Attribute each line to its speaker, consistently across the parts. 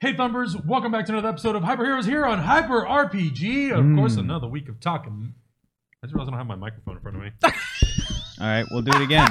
Speaker 1: Hey Thumbers, welcome back to another episode of Hyper Heroes here on Hyper RPG. Of
Speaker 2: Hmm.
Speaker 1: course, another week of talking. I just realized I don't have my microphone in front of me.
Speaker 3: All right, we'll do it again.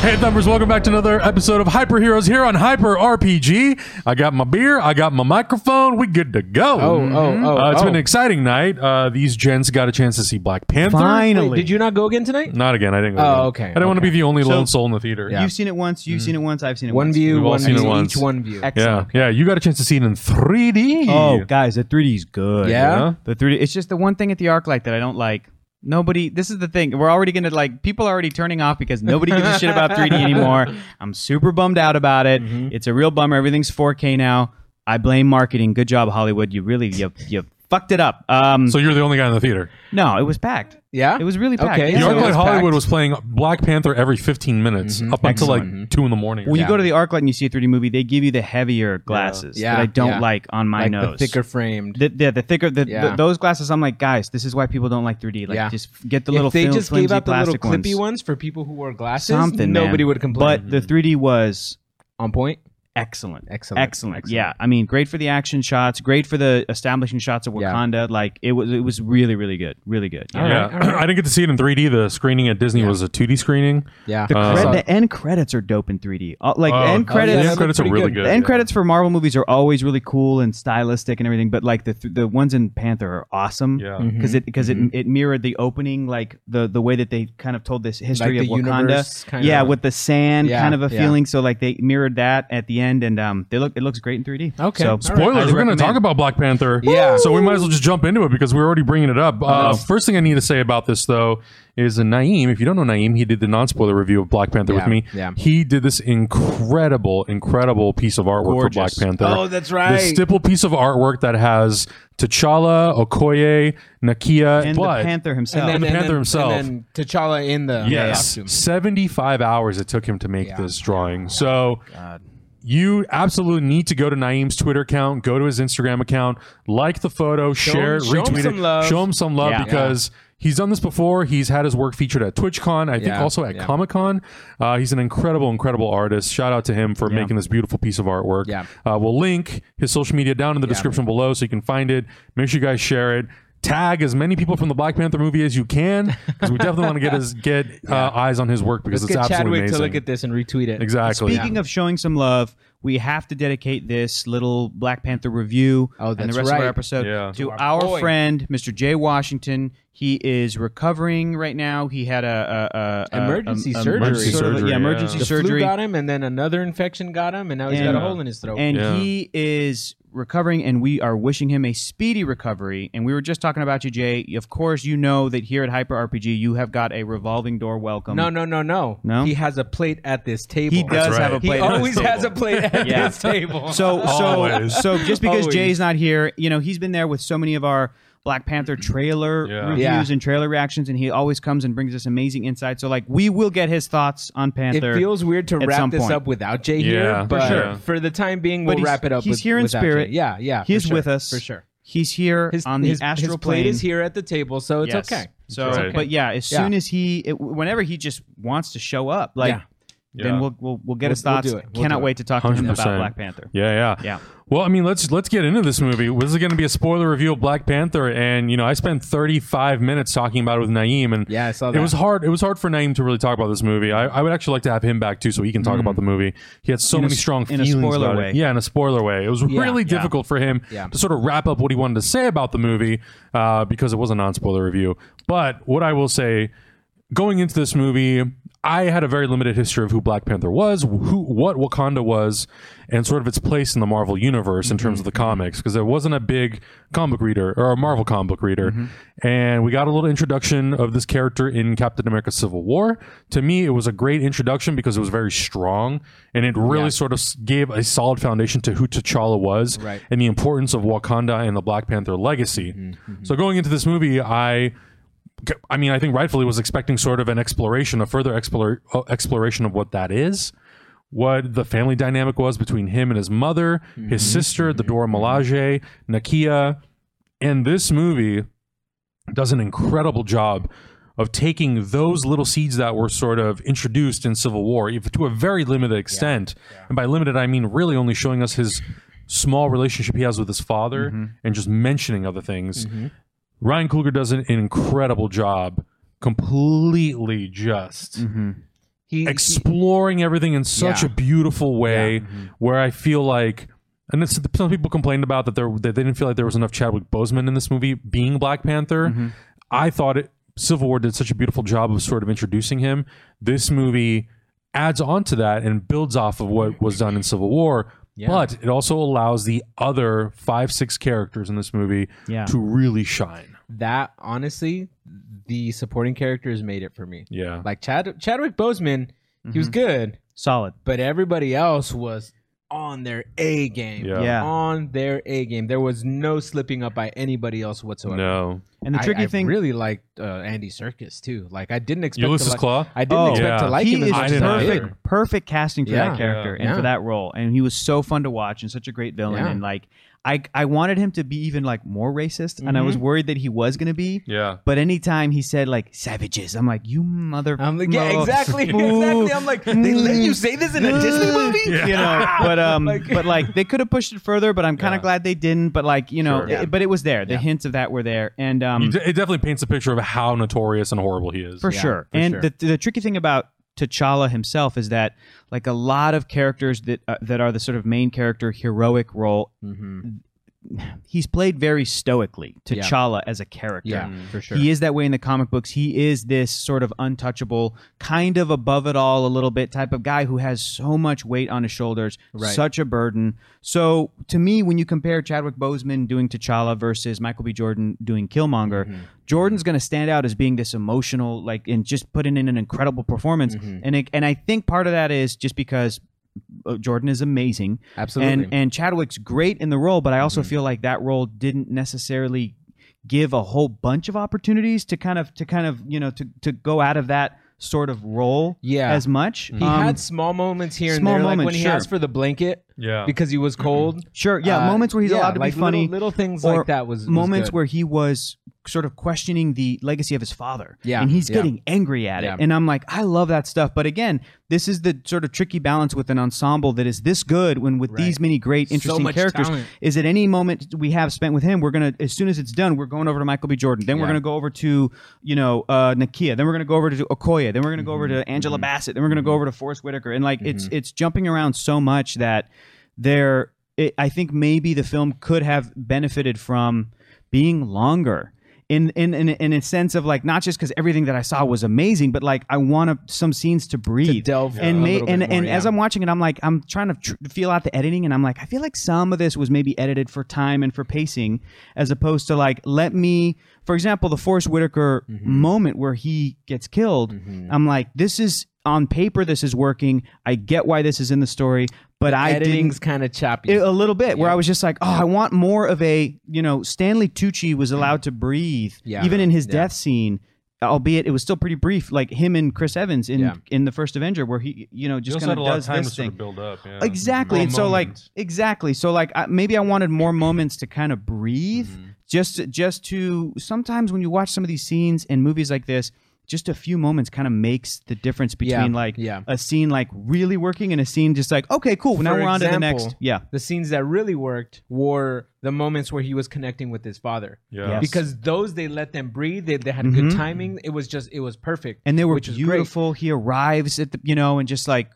Speaker 1: hey Thumbers, welcome back to another episode of Hyper Heroes here on Hyper RPG. I got my beer, I got my microphone, we good to go.
Speaker 2: Oh, oh, oh,
Speaker 1: Uh, it's been an
Speaker 2: oh.
Speaker 1: exciting night. Uh, these gents got a chance to see Black Panther.
Speaker 2: Wait,
Speaker 3: Finally.
Speaker 2: did you not go again tonight?
Speaker 1: Not again. I didn't. Go
Speaker 2: Oh,
Speaker 1: again.
Speaker 2: okay,
Speaker 1: I didn't want to be
Speaker 2: okay.
Speaker 1: the only
Speaker 3: So-
Speaker 1: lone soul in the theater.
Speaker 3: You've seen it once, you've seen it once, I've seen it
Speaker 2: Mm-hmm. One
Speaker 3: once.
Speaker 2: view,
Speaker 1: We've all
Speaker 2: one
Speaker 1: seen it
Speaker 2: view,
Speaker 1: once.
Speaker 2: each one view.
Speaker 1: yeah, yeah. You got a chance to see it in 3D.
Speaker 3: Oh, guys, the 3D is good.
Speaker 2: Yeah?
Speaker 3: The 3D it's just the one thing at the arc light that I don't like. Nobody this is the thing. We're already gonna like people are already turning off because nobody gives a shit about 3D anymore. I'm super bummed out about it.
Speaker 2: Mm-hmm.
Speaker 3: It's a real bummer. Everything's 4K now. I blame marketing. Good job, Hollywood. You really you you fucked it up. Um
Speaker 1: So you're the only guy in the theater.
Speaker 3: no, it was packed.
Speaker 2: Yeah?
Speaker 3: It was really packed.
Speaker 2: Okay.
Speaker 3: Yeah.
Speaker 1: The
Speaker 2: So
Speaker 1: Arclight
Speaker 2: it was
Speaker 1: Hollywood
Speaker 2: packed. Mm-hmm.
Speaker 1: was playing Black Panther every 15 minutes up until like two in the morning.
Speaker 3: When
Speaker 1: Yeah.
Speaker 3: you go to the ArcLight and you see a 3D movie, they give you the heavier glasses
Speaker 2: Yeah.
Speaker 3: that I don't
Speaker 2: Yeah.
Speaker 3: like on my
Speaker 2: like
Speaker 3: nose.
Speaker 2: the thicker framed.
Speaker 3: The, yeah, the thicker the,
Speaker 2: Yeah.
Speaker 3: the, those glasses. I'm like, guys, this is why people don't like 3D. Like,
Speaker 2: Yeah.
Speaker 3: just get the little.
Speaker 2: if they
Speaker 3: flim-
Speaker 2: just gave
Speaker 3: flimsy
Speaker 2: out the little
Speaker 3: plastic ones.
Speaker 2: clippy ones. for people who wore glasses,
Speaker 3: Something. man.
Speaker 2: nobody would complain.
Speaker 1: Mm-hmm.
Speaker 3: But the 3D was
Speaker 2: on point.
Speaker 3: excellent.
Speaker 2: Excellent.
Speaker 3: excellent.
Speaker 2: Excellent.
Speaker 3: Yeah, I mean, great for the action shots. Great for the establishing shots of
Speaker 2: Yeah.
Speaker 3: Wakanda. Like, it was it was really really good. Really good.
Speaker 2: All
Speaker 1: yeah,
Speaker 2: right, all right.
Speaker 1: I didn't get to see it in 3D. The screening at Disney was a 2D screening.
Speaker 2: Yeah.
Speaker 3: The,
Speaker 1: Uh,
Speaker 3: cred-
Speaker 1: so-
Speaker 3: the end credits are dope in 3D. Uh, like
Speaker 1: Oh,
Speaker 3: the end
Speaker 1: yeah,
Speaker 3: credits.
Speaker 1: the end credits are
Speaker 2: pretty
Speaker 1: really
Speaker 2: good.
Speaker 1: good.
Speaker 3: The end credits for Marvel movies are always really cool and stylistic and everything, but like the th- the ones in Panther are awesome.
Speaker 1: Yeah.
Speaker 2: Mm-hmm.
Speaker 1: Mm-hmm.
Speaker 3: because it because it, it mirrored the opening, like the the way that they kind of told this history of
Speaker 2: Like the universe
Speaker 3: Wakanda.
Speaker 2: kinda-
Speaker 3: yeah, with the sand
Speaker 2: Yeah,
Speaker 3: kind of a
Speaker 2: yeah.
Speaker 3: feeling. So like they mirrored that at the end, and um, they look it looks great in 3D.
Speaker 2: Okay.
Speaker 3: so
Speaker 2: All right.
Speaker 1: Spoilers.
Speaker 3: I'd
Speaker 1: We're going to
Speaker 3: recommend-
Speaker 1: talk about Black Panther.
Speaker 2: Yeah.
Speaker 1: So we might as well just jump into it because we're already bringing it up. Uh, first thing I need to say about this though is uh, Naeem. If you don't know Naeem, he did the non-spoiler review of Black Panther
Speaker 2: Yeah,
Speaker 1: with me.
Speaker 2: yeah.
Speaker 1: He did this incredible, incredible piece of artwork
Speaker 3: Gorgeous.
Speaker 1: for Black Panther.
Speaker 2: Oh, that's right.
Speaker 1: The stippled piece of artwork that has T'Challa, Okoye, Nakia,
Speaker 3: and
Speaker 1: but
Speaker 3: the Panther himself.
Speaker 1: then- the Panther himself.
Speaker 2: And then T'Challa in the
Speaker 1: Yes,
Speaker 2: costume.
Speaker 1: 75 hours it took him to make this drawing. so you absolutely need to go to Naeem's Twitter account, go to his Instagram account, like the photo, share
Speaker 2: him-
Speaker 1: it,
Speaker 2: show him
Speaker 1: retweet
Speaker 2: some
Speaker 1: it,
Speaker 2: love.
Speaker 1: show him some love
Speaker 3: Yeah.
Speaker 1: because he's done this before. He's had his work featured at TwitchCon, I think
Speaker 2: Yeah,
Speaker 1: also at
Speaker 2: yeah.
Speaker 1: Comic Con. Uh, he's an incredible, incredible artist. Shout out to him for making this beautiful piece of artwork.
Speaker 2: Yeah.
Speaker 1: Uh, we'll link his social media down in the description below so you can find it. Make sure you guys share it. Tag as many people from the Black Panther movie as you can because we definitely want to get his get uh, eyes on his work because
Speaker 2: Let's
Speaker 1: it's
Speaker 2: get
Speaker 1: absolutely
Speaker 2: Chadwick
Speaker 1: amazing.
Speaker 2: to look at this and retweet it.
Speaker 1: exactly.
Speaker 3: Speaking of showing some love, we have to dedicate this little Black Panther review
Speaker 2: Oh,
Speaker 3: and
Speaker 2: that's
Speaker 3: the rest of
Speaker 2: right.
Speaker 3: our episode
Speaker 1: Yeah.
Speaker 3: to
Speaker 2: our
Speaker 3: our
Speaker 2: boy.
Speaker 3: friend Mr. Jay Washington. He is recovering right now. He had a, a, a- a
Speaker 2: Emergency
Speaker 3: a- a- sort
Speaker 2: surgery.
Speaker 3: of a-
Speaker 1: Surgery,
Speaker 3: yeah,
Speaker 1: yeah.
Speaker 3: uh, um, emergency
Speaker 2: The flu
Speaker 3: surgery.
Speaker 2: got him, and then another infection got him, and now he's
Speaker 3: And-
Speaker 2: got a hole in his throat.
Speaker 3: and
Speaker 1: Yeah.
Speaker 3: he is recovering and we are wishing him a speedy recovery and we were just talking about you jay of course you know that here at hyper rpg you have got a revolving door welcome
Speaker 2: no, no, no, no,
Speaker 3: No?
Speaker 2: He has a plate at this table.
Speaker 3: he does
Speaker 1: right.
Speaker 3: have a
Speaker 1: He
Speaker 3: plate
Speaker 2: He
Speaker 3: on his
Speaker 2: always
Speaker 3: table.
Speaker 2: has a plate at
Speaker 3: Yeah.
Speaker 2: this table.
Speaker 3: So so
Speaker 1: Always.
Speaker 3: so just because
Speaker 2: Always.
Speaker 3: Jay's not here, you know, he's been there with so many of our Black Panther trailer
Speaker 1: Yeah.
Speaker 3: reviews
Speaker 2: Yeah.
Speaker 3: and trailer reactions, and he always comes and brings us amazing insight. So like we will get his thoughts on
Speaker 2: it
Speaker 3: Panther.
Speaker 2: feels weird to
Speaker 3: at some
Speaker 2: wrap this
Speaker 3: point.
Speaker 2: up without Jay
Speaker 1: Yeah,
Speaker 2: here,
Speaker 1: for
Speaker 2: but
Speaker 1: sure.
Speaker 2: for the time being,
Speaker 3: but
Speaker 2: we'll
Speaker 3: he's-
Speaker 2: wrap it up.
Speaker 3: He's
Speaker 2: with-
Speaker 3: here in
Speaker 2: without
Speaker 3: spirit.
Speaker 2: Jay. Yeah, yeah.
Speaker 3: He's
Speaker 2: for sure,
Speaker 3: with us
Speaker 2: for sure.
Speaker 3: He's here on the
Speaker 2: his,
Speaker 3: astral
Speaker 2: his plate
Speaker 3: plane.
Speaker 2: is here at the table, so it's
Speaker 3: Yes.
Speaker 2: okay.
Speaker 3: So,
Speaker 1: It's okay.
Speaker 3: but yeah, as
Speaker 2: Yeah.
Speaker 3: soon as he, it, whenever he just wants to show up, like,
Speaker 2: Yeah.
Speaker 3: then
Speaker 1: Yeah.
Speaker 3: we'll we'll we'll get
Speaker 2: We'll-
Speaker 3: his
Speaker 2: we'll
Speaker 3: thoughts.
Speaker 2: do it. We'll
Speaker 3: Cannot
Speaker 2: do it.
Speaker 3: wait to talk to him about
Speaker 1: 100%.
Speaker 3: Black Panther.
Speaker 1: Yeah, yeah,
Speaker 3: Yeah.
Speaker 1: Well, I mean, let's let's get into this movie. This is going to be a spoiler review of Black Panther, and you know, I spent 35 minutes talking about it with Naeem, and
Speaker 2: Yeah, I saw
Speaker 1: It
Speaker 2: that.
Speaker 1: was hard. It was hard for Naeem to really talk about this movie. I, I would actually like to have him back too, so he can talk about the movie. He had so
Speaker 3: Mm. In a
Speaker 1: many
Speaker 3: s-
Speaker 1: strong
Speaker 3: in a
Speaker 1: feelings
Speaker 3: spoiler
Speaker 1: about
Speaker 3: way.
Speaker 1: it. Yeah, in a spoiler way. It was really
Speaker 3: yeah.
Speaker 1: difficult for him
Speaker 2: Yeah.
Speaker 1: to sort of wrap up what he wanted to say about the movie uh, because it was a non-spoiler review. But what I will say going into this movie, I had a very limited history of who Black Panther was, who what Wakanda was, and sort of its place in the Marvel universe in terms of the comics, because I wasn't a big comic book reader or a Marvel comic book reader. And we got a little introduction of this character in Captain America: Civil War. To me, it was a great introduction because it was very strong, and it really sort of s- gave a solid foundation to who T'Challa was
Speaker 2: Right.
Speaker 1: and the importance of Wakanda and the Black Panther legacy. So going into this movie, I I mean, I think rightfully was expecting sort of an exploration, a further explore, uh, exploration of what that is, what the family dynamic was between him and his mother, his sister, the Dora Milaje, Nakia. And this movie does an incredible job of taking those little seeds that were sort of introduced in Civil War, if to a very limited extent. And by limited, I mean really only showing us his small relationship he has with his father and just mentioning other things. Ryan Coogler does an incredible job, completely just
Speaker 2: He, he-
Speaker 1: exploring everything in such
Speaker 3: Mm-hmm. Yeah. Mm-hmm.
Speaker 1: a beautiful way where I feel like and it's, some people complained about that there that they didn't feel like there was enough Chadwick Boseman in this movie being Black Panther.
Speaker 3: Mm-hmm.
Speaker 1: I thought it Civil War did such a beautiful job of sort of introducing him. This movie adds on to that and builds off of what was done in Civil War. But it also allows the other five, six characters in this movie
Speaker 3: Yeah.
Speaker 1: to really shine.
Speaker 2: that honestly, the supporting characters made it for me.
Speaker 1: Yeah.
Speaker 2: Like Chad Chadwick Boseman, he
Speaker 3: Mm-hmm.
Speaker 2: was good,
Speaker 3: Solid.
Speaker 2: but everybody else was on their A game.
Speaker 1: Yeah.
Speaker 3: Yeah.
Speaker 2: On their A game. There was no slipping up by anybody else whatsoever.
Speaker 1: No.
Speaker 3: And the
Speaker 2: I-
Speaker 3: tricky
Speaker 2: I
Speaker 3: thing,
Speaker 2: really liked uh, Andy Circus too. Like I didn't expect
Speaker 1: Ulysses
Speaker 2: to like,
Speaker 1: Claw?
Speaker 2: I didn't
Speaker 3: Oh,
Speaker 2: expect
Speaker 1: yeah.
Speaker 2: to like
Speaker 3: he
Speaker 2: him as
Speaker 3: is
Speaker 2: much as I did.
Speaker 1: either.
Speaker 3: perfect, perfect casting for
Speaker 2: Yeah.
Speaker 3: that character and
Speaker 2: Yeah.
Speaker 3: for that role. And he was so fun to watch and such a great villain.
Speaker 2: Yeah.
Speaker 3: And like, I I wanted him to be even like more racist, and I
Speaker 2: Mm-hmm.
Speaker 3: was worried that he was gonna be.
Speaker 1: Yeah.
Speaker 3: But anytime he said like savages, I'm like, you mother.
Speaker 2: I'm like, yeah,
Speaker 3: mo-
Speaker 2: exactly, exactly. I'm like, they let you say this in a Disney movie?
Speaker 3: You know, but um,
Speaker 2: Like-
Speaker 3: but like they could have pushed it further, but I'm kind of
Speaker 1: Yeah.
Speaker 3: glad they didn't. But like you know,
Speaker 1: Sure.
Speaker 3: it-
Speaker 1: Yeah.
Speaker 3: but it was there. The
Speaker 2: Yeah.
Speaker 3: hints of that were there, and um,
Speaker 1: You d- it definitely paints a picture of how notorious and horrible he is.
Speaker 3: for
Speaker 2: Yeah,
Speaker 3: sure.
Speaker 2: for
Speaker 3: and
Speaker 2: sure.
Speaker 3: The, the tricky thing about T'Challa himself is that like a lot of characters that uh, that are the sort of main character heroic role,
Speaker 2: Mm-hmm.
Speaker 3: he's played very stoically.
Speaker 2: Yeah.
Speaker 3: T'Challa as a character.
Speaker 2: Yeah, for sure.
Speaker 3: He is that way in the comic books. He is this sort of untouchable, kind of above it all a little bit type of guy who has so much weight on his shoulders,
Speaker 2: Right.
Speaker 3: such a burden. So to me, when you compare Chadwick Boseman doing T'Challa versus Michael B. Jordan doing Killmonger,
Speaker 2: Mm-hmm.
Speaker 3: Jordan's going to stand out as being this emotional, like, and just putting in an incredible performance.
Speaker 2: Mm-hmm.
Speaker 3: And it, and I think part of that is just because. uh, Jordan is amazing,
Speaker 2: Absolutely. Mm-hmm.
Speaker 3: and and Chadwick's great in the role, but I also feel like that role didn't necessarily give a whole bunch of opportunities to kind of to kind of you know to to go out of that sort of role
Speaker 2: Yeah.
Speaker 3: as much.
Speaker 2: He
Speaker 3: Um,
Speaker 2: had small moments here and
Speaker 3: small
Speaker 2: there, like when
Speaker 3: moments,
Speaker 2: he
Speaker 3: sure.
Speaker 2: asked for the blanket
Speaker 1: Yeah. Mm-hmm.
Speaker 2: because he was cold.
Speaker 3: sure, yeah,
Speaker 2: Uh,
Speaker 3: moments where he's
Speaker 2: yeah,
Speaker 3: allowed to
Speaker 2: like
Speaker 3: be
Speaker 2: little-
Speaker 3: funny,
Speaker 2: Little, things
Speaker 3: or
Speaker 2: like that was, was
Speaker 3: moments
Speaker 2: good.
Speaker 3: where he was sort of questioning the legacy of his father.
Speaker 2: Yeah,
Speaker 3: and he's
Speaker 2: yeah.
Speaker 3: getting angry at it,
Speaker 2: Yeah.
Speaker 3: and I'm like, I love that stuff. But again, this is the sort of tricky balance with an ensemble that is this good when with these many great, interesting
Speaker 2: much
Speaker 3: characters.
Speaker 2: talent.
Speaker 3: Is at any moment we have spent with him, we're gonna as soon as it's done, we're going over to Michael B. Jordan. Then we're
Speaker 2: Yeah.
Speaker 3: gonna go over to you know uh, Nakia. Then we're gonna go over to Okoye. Then we're gonna go over to Angela Bassett. Then we're gonna go over to Forrest Whitaker. And like it's it's jumping around so much that there it, i think maybe the film could have benefited from being longer in in in, in a sense of like not just because everything that i saw was amazing but like i want a, some scenes to breathe
Speaker 2: delve
Speaker 3: and
Speaker 2: a
Speaker 3: may,
Speaker 2: little bit
Speaker 3: and,
Speaker 2: more,
Speaker 3: and as
Speaker 2: yeah.
Speaker 3: i'm watching it i'm like i'm trying to tr- feel out the editing and i'm like i feel like some of this was maybe edited for time and for pacing as opposed to like let me for example the forrest whitaker
Speaker 2: Mm-hmm.
Speaker 3: moment where he gets killed i'm like this is on paper this is working i get why this is in the story but i didn't
Speaker 2: editing's kind of choppy.
Speaker 3: it- a little bit where I was just like, oh, I want more of a, you know, Stanley Tucci was allowed to breathe,
Speaker 2: Yeah.
Speaker 3: even in his
Speaker 2: Yeah.
Speaker 3: death scene, albeit it was still pretty brief, like him and Chris Evans in
Speaker 2: Yeah.
Speaker 3: in the first Avenger, where he, you know,
Speaker 1: You
Speaker 3: just
Speaker 1: also
Speaker 3: kind
Speaker 1: had
Speaker 3: of
Speaker 1: a lot
Speaker 3: does
Speaker 1: of time to
Speaker 3: this
Speaker 1: sort
Speaker 3: thing.
Speaker 1: of build up. yeah.
Speaker 3: Exactly,
Speaker 1: Raw
Speaker 3: and so like
Speaker 1: moments.
Speaker 3: exactly, so like I, maybe I wanted more moments to kind of breathe,
Speaker 2: Mm-hmm.
Speaker 3: just to, just to sometimes when you watch some of these scenes in movies like this, just a few moments kind of makes the difference
Speaker 2: Yeah,
Speaker 3: between like
Speaker 2: yeah.
Speaker 3: a scene like really working and a scene just like okay, cool, now
Speaker 2: For
Speaker 3: we're on to the
Speaker 2: example,
Speaker 3: next, yeah,
Speaker 2: The scenes that really worked were the moments where he was connecting with his father.
Speaker 1: Yeah.
Speaker 3: Yes. Mm-hmm.
Speaker 2: Because those they let them breathe. They, they had good timing. It was just it was perfect.
Speaker 3: and they were
Speaker 2: which is great.
Speaker 3: beautiful. He arrives at the, you know, and just like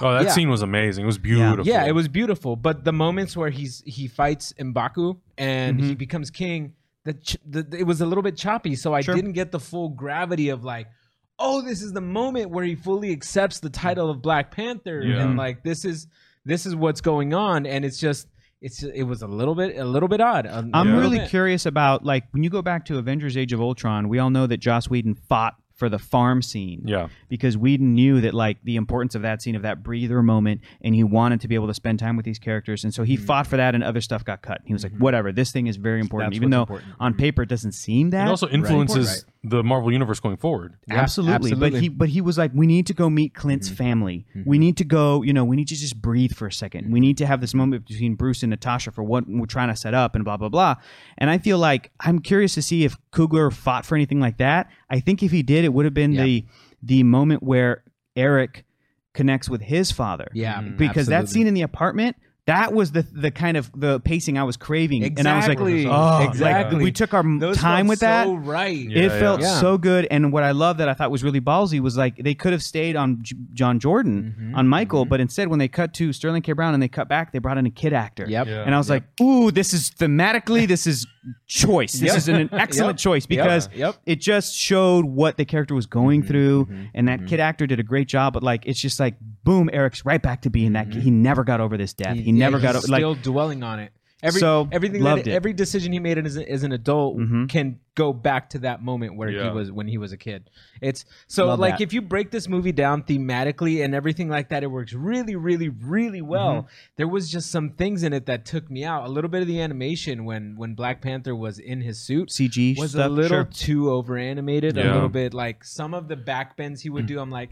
Speaker 1: Oh, that
Speaker 2: Yeah.
Speaker 1: scene was amazing. It was beautiful.
Speaker 2: Yeah, it was beautiful. But the moments where he's he fights Mbaku and
Speaker 3: Mm-hmm.
Speaker 2: he becomes king, the, ch- the it was a little bit choppy. So I didn't get the full gravity of like, oh, this is the moment where he fully accepts the title of Black Panther,
Speaker 1: Yeah.
Speaker 2: and like this is this is what's going on, and it's just. It's, it was a little bit a little bit odd. Um, a
Speaker 3: I'm
Speaker 2: little
Speaker 3: really
Speaker 2: bit.
Speaker 3: curious about like when you go back to Avengers: Age of Ultron. We all know that Joss Whedon fought for the farm scene.
Speaker 1: Yeah.
Speaker 3: because Whedon knew that like the importance of that scene of that breather moment, and he wanted to be able to spend time with these characters, and so
Speaker 2: Mm.
Speaker 3: he fought for that, and other stuff got cut. He was like, whatever, this thing is very important,
Speaker 2: Mm-hmm. That's
Speaker 3: even
Speaker 2: what's
Speaker 3: though
Speaker 2: important. Mm-hmm.
Speaker 3: on paper it doesn't seem that.
Speaker 1: It also influences the Marvel universe going forward.
Speaker 2: Yeah, Mm-hmm.
Speaker 3: absolutely. But he but he was like, we need to go meet Clint's family. We need to go, you know, we need to just breathe for a 2nd
Speaker 2: Mm-hmm.
Speaker 3: We need to have this moment between Bruce and Natasha for what we're trying to set up and blah blah blah. And I feel like I'm curious to see if Kugler fought for anything like that. I think if he did, it would have been
Speaker 2: Yeah.
Speaker 3: the the moment where Eric connects with his father.
Speaker 2: Yeah, Mhm.
Speaker 3: Because that
Speaker 2: absolutely.
Speaker 3: scene in the apartment that was the the kind of the pacing I was craving, and I was like,
Speaker 2: Exactly.
Speaker 3: oh, like,
Speaker 2: Exactly.
Speaker 3: we took our m-
Speaker 2: Those
Speaker 3: Mm, time
Speaker 2: felt
Speaker 3: with that
Speaker 2: So right.
Speaker 1: Yeah,
Speaker 3: it
Speaker 1: yeah.
Speaker 3: felt
Speaker 2: Yeah.
Speaker 3: so good and what i love that i thought was really ballsy was like they could have stayed on J- john jordan
Speaker 2: Mm-hmm,
Speaker 3: on michael but instead when they cut to sterling k brown and they cut back they brought in a kid actor
Speaker 2: Yep.
Speaker 1: Yeah.
Speaker 3: and i was like ooh this is thematically this is choice this
Speaker 2: Yep.
Speaker 3: is an excellent
Speaker 2: Yep.
Speaker 3: choice because
Speaker 2: Yep. Mm-hmm,
Speaker 3: it just showed what the character was going through and that kid actor did a great job but like it's just like boom eric's right back to being that
Speaker 2: Mm-hmm.
Speaker 3: kid he never got over this death he,
Speaker 2: yeah,
Speaker 3: never
Speaker 2: he's
Speaker 3: got over like
Speaker 2: still dwelling on it. Every,
Speaker 3: So,
Speaker 2: everything
Speaker 3: loved
Speaker 2: that,
Speaker 3: it. Mm-hmm.
Speaker 2: every decision he made as, a- as an adult can go back to that moment where
Speaker 1: Yeah.
Speaker 2: he was when he was a kid. It's so
Speaker 3: Love
Speaker 2: like
Speaker 3: that.
Speaker 2: if you break this movie down thematically and everything like that, it works really, really, really well.
Speaker 3: Mm-hmm.
Speaker 2: There was just some things in it that took me out. A little bit of the animation when when Black Panther was in his suit
Speaker 3: cg
Speaker 2: was
Speaker 3: stuff
Speaker 2: a little
Speaker 3: sure.
Speaker 2: too over animated
Speaker 1: Yeah.
Speaker 2: a little bit like some of the back bends he would
Speaker 3: Mm-hmm.
Speaker 2: do i'm like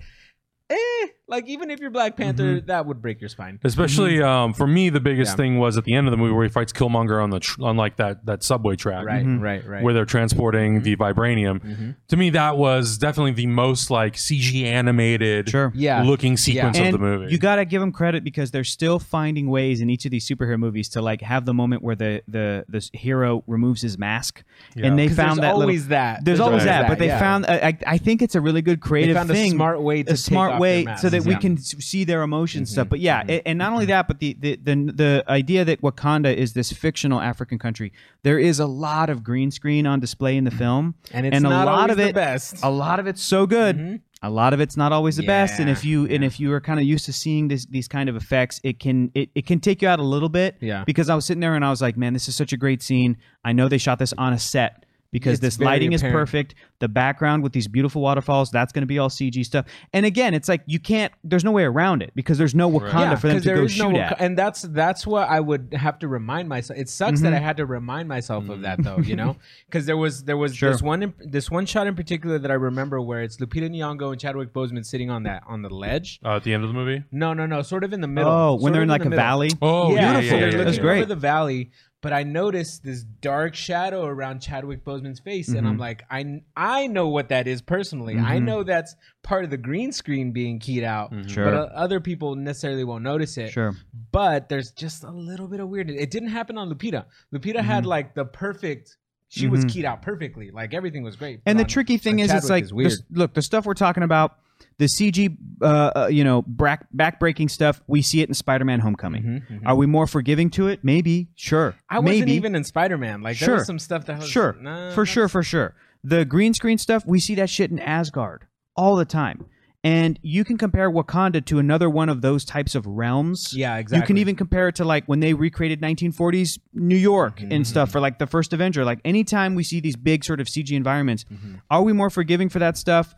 Speaker 2: eh like even if you're black panther
Speaker 3: Mm-hmm.
Speaker 2: that would break your spine
Speaker 1: Especially
Speaker 3: Mhm.
Speaker 1: um, for me, the biggest
Speaker 2: Yeah.
Speaker 1: thing was at the end of the movie where he fights Killmonger on the tr- on like that that subway track,
Speaker 2: right
Speaker 3: mm-hmm.
Speaker 2: right right
Speaker 1: Where they're transporting the vibranium. To me, that was definitely the most like CG animated,
Speaker 3: Sure.
Speaker 2: Yeah.
Speaker 1: looking sequence
Speaker 3: and
Speaker 1: of the movie.
Speaker 3: You gotta give them credit because they're still finding ways in each of these superhero movies to like have the moment where the the the hero removes his mask,
Speaker 1: Yeah.
Speaker 3: and they
Speaker 2: 'Cause
Speaker 3: found
Speaker 2: there's
Speaker 3: that little-
Speaker 2: always that.
Speaker 3: There's,
Speaker 2: There's
Speaker 3: always
Speaker 1: always
Speaker 3: that,
Speaker 2: that,
Speaker 3: but they
Speaker 2: yeah.
Speaker 3: found. I, I- I think it's a really good creative
Speaker 2: found a
Speaker 3: thing,
Speaker 2: smart way to
Speaker 3: a
Speaker 2: take
Speaker 3: smart
Speaker 2: off
Speaker 3: way
Speaker 2: their masks.
Speaker 3: so that we
Speaker 2: Yeah.
Speaker 3: can s- see their emotions
Speaker 1: Mm-hmm.
Speaker 3: stuff. But yeah, a- and not only that, but the, the the the idea that Wakanda is this fictional African country. There is a lot of green screen on display in the film,
Speaker 2: And it's
Speaker 3: a
Speaker 2: not
Speaker 3: lot
Speaker 2: always
Speaker 3: of
Speaker 2: the
Speaker 3: it,
Speaker 2: best.
Speaker 3: a lot of it's so good.
Speaker 1: Mm-hmm.
Speaker 3: A lot of it's not always the best, and
Speaker 2: Yeah.
Speaker 3: if you and if you are kind of used to seeing this, these kind of effects, it can it, it can take you out a little bit.
Speaker 2: Yeah.
Speaker 3: Because I was sitting there and I was like, man, this is such a great scene. I know they shot this on a set because
Speaker 2: It's
Speaker 3: this
Speaker 2: very
Speaker 3: lighting is
Speaker 2: apparent.
Speaker 3: perfect. The background with these beautiful waterfalls, that's going to be all CG stuff. And again, it's like you can't. There's no way around it because there's no Wakanda for them
Speaker 2: 'cause
Speaker 3: to
Speaker 2: there
Speaker 3: go
Speaker 2: is
Speaker 3: shoot
Speaker 2: no,
Speaker 3: at.
Speaker 2: And that's that's what I would have to remind myself. It sucks that I
Speaker 3: Mm-hmm.
Speaker 2: had to remind myself of that though, you know, because there was there was this one in, this one shot in particular that I remember where it's Lupita Nyong'o and Chadwick Boseman sitting on that on the ledge.
Speaker 1: uh, at the end of the movie.
Speaker 2: No, no, no, sort of in the middle.
Speaker 3: Oh, when
Speaker 2: Sort
Speaker 3: they're
Speaker 2: of
Speaker 3: in like
Speaker 2: the
Speaker 3: a
Speaker 2: middle.
Speaker 3: valley.
Speaker 1: Oh,
Speaker 2: yeah,
Speaker 3: beautiful.
Speaker 2: So
Speaker 1: Yeah, yeah,
Speaker 2: they're
Speaker 1: yeah,
Speaker 2: looking
Speaker 3: That's
Speaker 1: yeah.
Speaker 3: great.
Speaker 2: over the valley, but I noticed this dark shadow around Chadwick Boseman's face, and
Speaker 3: Mm-hmm.
Speaker 2: I'm like, I I know what that is personally. I know that's part of the green screen being keyed out,
Speaker 3: Mm-hmm. Sure.
Speaker 2: but uh, other people necessarily won't notice it.
Speaker 3: Sure.
Speaker 2: But there's just a little bit of weirdness. It didn't happen on Lupita. Lupita had
Speaker 3: Mm-hmm.
Speaker 2: like the perfect. She was keyed out perfectly. Like everything was great.
Speaker 3: And
Speaker 2: But
Speaker 3: the
Speaker 2: on-
Speaker 3: tricky thing
Speaker 2: on
Speaker 3: is, it's
Speaker 2: Chadwick
Speaker 3: like,
Speaker 2: is
Speaker 3: the, look, the stuff we're talking about, the CG, uh, uh, you know, back backbreaking stuff, we see it in Spider-Man: Homecoming. Are we more forgiving to it? Maybe, sure.
Speaker 2: Mm-hmm, I wasn't
Speaker 3: Maybe.
Speaker 2: even in Spider Man. Like there
Speaker 3: Sure.
Speaker 2: was some stuff that I was
Speaker 3: sure,
Speaker 2: nah,
Speaker 3: for sure, for sure. The green screen stuff, we see that shit in Asgard all the time. And you can compare Wakanda to another one of those types of realms.
Speaker 2: Yeah,
Speaker 3: You can
Speaker 2: exactly.
Speaker 3: even compare it to like when they recreated 1940s New York
Speaker 2: Mm-hmm,
Speaker 3: and stuff for like the first Avenger. Like anytime we see these big sort of CG environments,
Speaker 2: Mm-hmm.
Speaker 3: are we more forgiving for that stuff?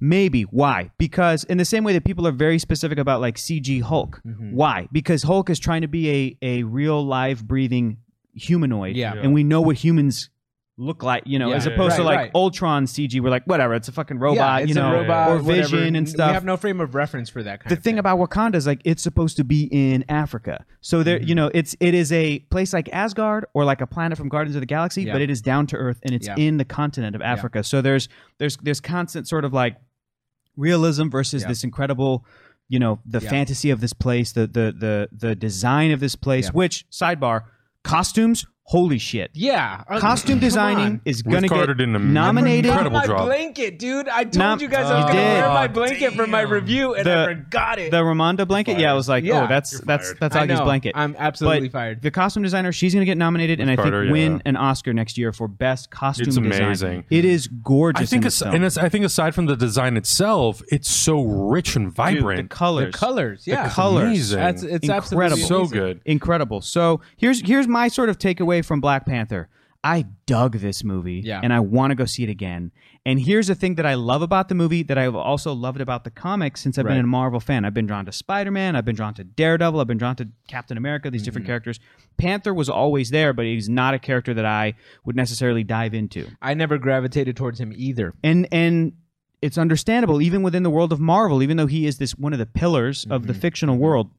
Speaker 3: Maybe. Why? Because in the same way that people are very specific about like CG Hulk.
Speaker 2: Mm-hmm.
Speaker 3: Why? Because Hulk is trying to be a a real live breathing humanoid.
Speaker 2: Yeah.
Speaker 3: And we know what humans look like, you know,
Speaker 2: Yeah.
Speaker 3: as opposed to
Speaker 2: Right,
Speaker 3: like
Speaker 2: right.
Speaker 3: Ultron CG, we're like, whatever, it's a fucking robot,
Speaker 2: Yeah, it's
Speaker 3: you
Speaker 2: a
Speaker 3: know,
Speaker 2: robot,
Speaker 3: or
Speaker 2: whatever.
Speaker 3: vision and
Speaker 2: We
Speaker 3: stuff.
Speaker 2: have no frame of reference for that kind
Speaker 3: the
Speaker 2: of
Speaker 3: thing
Speaker 2: thing.
Speaker 3: about Wakanda is like it's supposed to be in Africa. So there,
Speaker 2: Mm-hmm.
Speaker 3: you know, it's it is a place like Asgard or like a planet from Guardians of the Galaxy,
Speaker 2: Yeah.
Speaker 3: but it is down to Earth and it's
Speaker 2: Yeah.
Speaker 3: in the continent of Africa. So there's there's there's constant sort of like realism versus
Speaker 2: Yeah.
Speaker 3: this incredible you know the
Speaker 2: Yeah.
Speaker 3: fantasy of this place the the the the design of this place
Speaker 2: Yeah.
Speaker 3: which sidebar costumes holy shit
Speaker 2: Yeah, Uh,
Speaker 3: costume
Speaker 2: come on.
Speaker 3: designing is
Speaker 1: With
Speaker 3: going to
Speaker 1: Carter
Speaker 3: get
Speaker 1: did an
Speaker 3: nominated.
Speaker 1: incredible
Speaker 2: my
Speaker 1: job.
Speaker 2: blanket, dude. I told
Speaker 3: Nom-
Speaker 2: you guys I was
Speaker 3: You
Speaker 2: gonna
Speaker 3: did.
Speaker 2: wear my
Speaker 1: Oh,
Speaker 2: blanket for my
Speaker 1: damn.
Speaker 2: review, and
Speaker 3: The-
Speaker 2: I forgot it.
Speaker 3: the Ramonda blanket. Yeah, I was like,
Speaker 2: Yeah.
Speaker 3: oh, that's
Speaker 1: You're
Speaker 3: that's
Speaker 1: fired.
Speaker 3: that's
Speaker 2: I
Speaker 3: Augie's
Speaker 2: know.
Speaker 3: blanket.
Speaker 2: I'm absolutely
Speaker 3: But
Speaker 2: fired.
Speaker 3: The costume designer, she's going to get nominated, and I
Speaker 1: Carter,
Speaker 3: think win
Speaker 1: yeah.
Speaker 3: an Oscar next year for best costume.
Speaker 1: It's
Speaker 3: design.
Speaker 1: amazing.
Speaker 3: It is gorgeous.
Speaker 1: I think,
Speaker 3: in
Speaker 1: as,
Speaker 3: this film.
Speaker 1: and it's, I think aside from the design itself, it's so rich and
Speaker 3: Dude,
Speaker 1: vibrant.
Speaker 3: the colors,
Speaker 2: colors, yeah,
Speaker 3: colors.
Speaker 1: Amazing.
Speaker 2: That's it's
Speaker 3: Incredible.
Speaker 2: absolutely
Speaker 1: so
Speaker 2: amazing.
Speaker 1: good.
Speaker 3: incredible. So here's here's my sort of takeaway from Black Panther. I dug this movie
Speaker 2: Yeah.
Speaker 3: and I want to go see it again. And here's the thing that I love about the movie that I've also loved about the comics since I've
Speaker 2: Right.
Speaker 3: been a Marvel fan. I've been drawn to Spider Man, I've been drawn to Daredevil, I've been drawn to Captain America, these
Speaker 2: Mm-hmm.
Speaker 3: different characters. Panther was always there, but he's not a character that I would necessarily dive into.
Speaker 2: I never gravitated towards him either.
Speaker 3: And and it's understandable, even within the world of Marvel, even though he is this one of the pillars of the fictional world,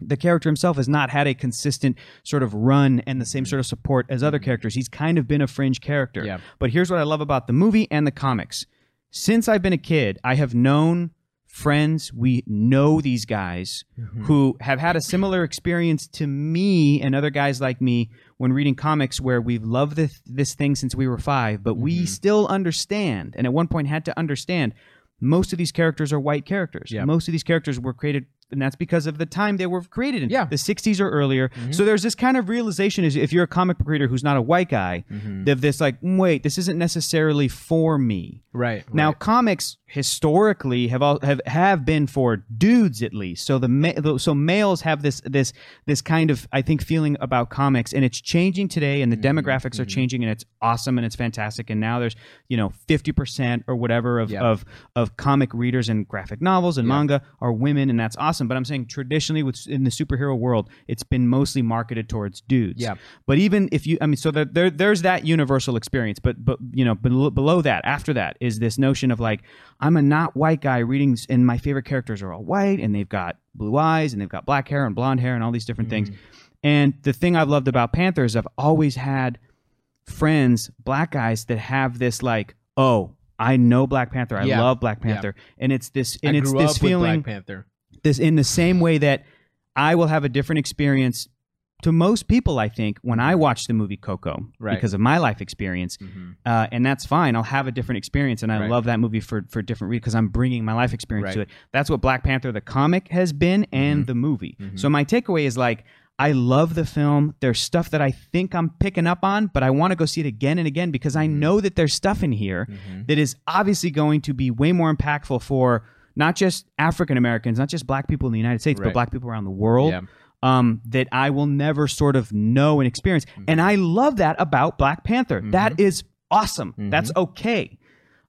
Speaker 3: the character himself has not had a consistent sort of run and the same sort of support as other characters. He's kind of been a fringe character.
Speaker 2: Yeah.
Speaker 3: But here's what I love about the movie and the comics. Since I've been a kid, I have known friends, we know these guys
Speaker 2: Mm-hmm.
Speaker 3: who have had a similar experience to me and other guys like me when reading comics where we've loved this, this thing since we were five, but
Speaker 2: Mm-hmm.
Speaker 3: we still understand, and at one point had to understand, most of these characters are white characters.
Speaker 2: Yeah.
Speaker 3: Most of these characters were created, and that's because of the time they were created in
Speaker 2: Yeah. Mm-hmm.
Speaker 3: the 60s or earlier. So there's this kind of realization is if you're a comic book reader who's not a white guy,
Speaker 2: Mm-hmm.
Speaker 3: of this like, "Mm, wait, this isn't necessarily for me.
Speaker 2: Right.
Speaker 3: Now,
Speaker 2: right.
Speaker 3: comics historically have all, have have been for dudes at least. So the, ma- the so males have this this this kind of I think feeling about comics, and it's changing today, and the demographics are changing, and it's awesome and it's fantastic. And now there's you know fifty percent or whatever of,
Speaker 2: Yeah.
Speaker 3: of of comic readers and graphic novels and manga are women, and that's awesome. But I'm saying traditionally, with in the superhero world, it's been mostly marketed towards dudes.
Speaker 2: Yeah.
Speaker 3: But even if you, I mean, so there, there there's that universal experience, but but you know, below, below that, after that, is this notion of like, I'm a not white guy reading, s- and my favorite characters are all white, and they've got blue eyes, and they've got black hair and blonde hair, and all these different things.
Speaker 2: Mm-hmm.
Speaker 3: And the thing I've loved about Panther is I've always had friends, black guys, that have this like, oh, I know Black Panther, I
Speaker 2: Yeah.
Speaker 3: love Black
Speaker 2: Yeah.
Speaker 3: Panther, and it's this, and
Speaker 2: I
Speaker 3: it's
Speaker 2: grew
Speaker 3: this
Speaker 2: up
Speaker 3: feeling
Speaker 2: with Black Panther.
Speaker 3: this in the same way that I will have a different experience to most people, I think, when I watch the movie Coco
Speaker 2: Right.
Speaker 3: because of my life experience,
Speaker 2: Mm-hmm.
Speaker 3: uh, and that's fine. I'll have a different experience, and I
Speaker 2: Right.
Speaker 3: love that movie for for different reasons because I'm bringing my life experience
Speaker 2: Right. Mm-hmm.
Speaker 3: to it. That's what Black Panther the comic has been and the movie. So my takeaway is like. I love the film. There's stuff that I think I'm picking up on, but I want to go see it again and again because
Speaker 2: Mm-hmm.
Speaker 3: I know that there's stuff in here that is obviously going to be way more impactful for not just African Americans, not just black people in the United States,
Speaker 2: Right.
Speaker 3: but black people around the world
Speaker 2: Yeah.
Speaker 3: um, that I will never sort of know and experience.
Speaker 2: Mm-hmm.
Speaker 3: And I love that about Black Panther. That is awesome.
Speaker 2: Mm-hmm.
Speaker 3: That's okay.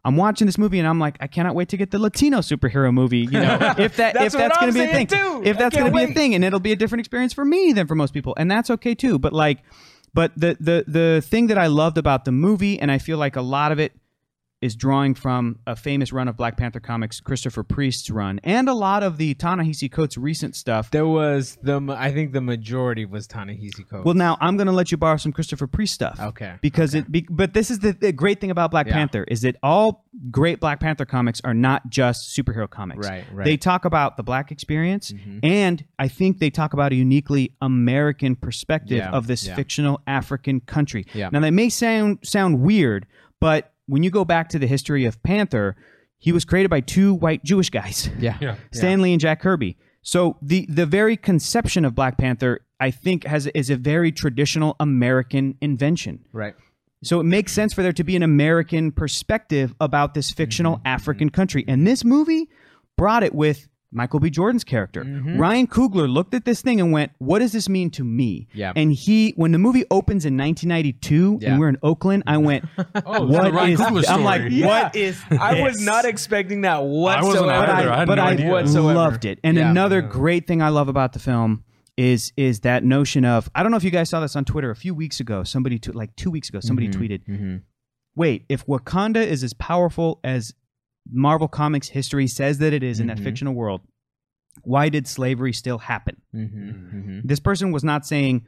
Speaker 3: I'm watching this movie and I'm like, I cannot wait to get the Latino superhero movie. You know, if that if
Speaker 2: That's what
Speaker 3: that's going
Speaker 2: I'm
Speaker 3: to be a thing,
Speaker 2: saying too.
Speaker 3: if
Speaker 2: I
Speaker 3: that's
Speaker 2: can't
Speaker 3: going to be a
Speaker 2: wait.
Speaker 3: thing, and it'll be a different experience for me than for most people, and that's okay too. But like, but the the the thing that I loved about the movie, and I feel like a lot of it is drawing from a famous run of Black Panther comics, Christopher Priest's run, and a lot of the Ta-Nehisi Coates recent stuff.
Speaker 2: There was the m- I think the majority was Ta-Nehisi Coates.
Speaker 3: Well, now I'm going to let you borrow some Christopher Priest stuff.
Speaker 2: Okay,
Speaker 3: Because it, be, but this is the, the great thing about Black
Speaker 2: Yeah.
Speaker 3: Panther is that all great Black Panther comics are not just superhero comics.
Speaker 2: Right, right. Mm-hmm.
Speaker 3: They talk about the Black experience, and I think they talk about a uniquely American perspective
Speaker 2: Yeah,
Speaker 3: of this
Speaker 2: yeah.
Speaker 3: fictional African country.
Speaker 2: Yeah.
Speaker 3: Now that may sound sound weird, but when you go back to the history of Panther, he was created by two white Jewish guys.
Speaker 2: yeah.
Speaker 1: Yeah.
Speaker 3: Stanley and Jack Kirby. So the the very conception of Black Panther, I think, has is a very traditional American invention.
Speaker 2: Right.
Speaker 3: So it makes sense for there to be an American perspective about this fictional
Speaker 1: Mm-hmm.
Speaker 3: African country. And this movie brought it with Michael B. Jordan's character.
Speaker 1: Mm-hmm.
Speaker 3: Ryan Coogler looked at this thing and went, What does this mean to me?
Speaker 2: Yeah.
Speaker 3: And he, when the movie opens in 1992
Speaker 2: Yeah.
Speaker 3: and we're in Oakland, I went,
Speaker 1: Oh,
Speaker 3: What
Speaker 1: Ryan
Speaker 3: is-
Speaker 1: Coogler
Speaker 3: I'm like,
Speaker 1: story.
Speaker 3: what?
Speaker 2: is I was
Speaker 3: this?
Speaker 2: not expecting that whatsoever. Mm-hmm.
Speaker 1: wasn't either. I had
Speaker 3: but
Speaker 1: no
Speaker 3: I
Speaker 1: idea.
Speaker 2: Whatsoever.
Speaker 3: loved it. And
Speaker 2: Yeah.
Speaker 3: another great thing I love about the film is is that notion of I don't know if you guys saw this on Twitter a few weeks ago. Somebody tw- like two weeks ago, somebody
Speaker 2: Mm-hmm.
Speaker 3: tweeted, "Wait, if Wakanda is as powerful as Marvel Comics history says that it is in that fictional world, why did slavery still happen?"
Speaker 2: Mm-hmm.
Speaker 3: This person was not saying.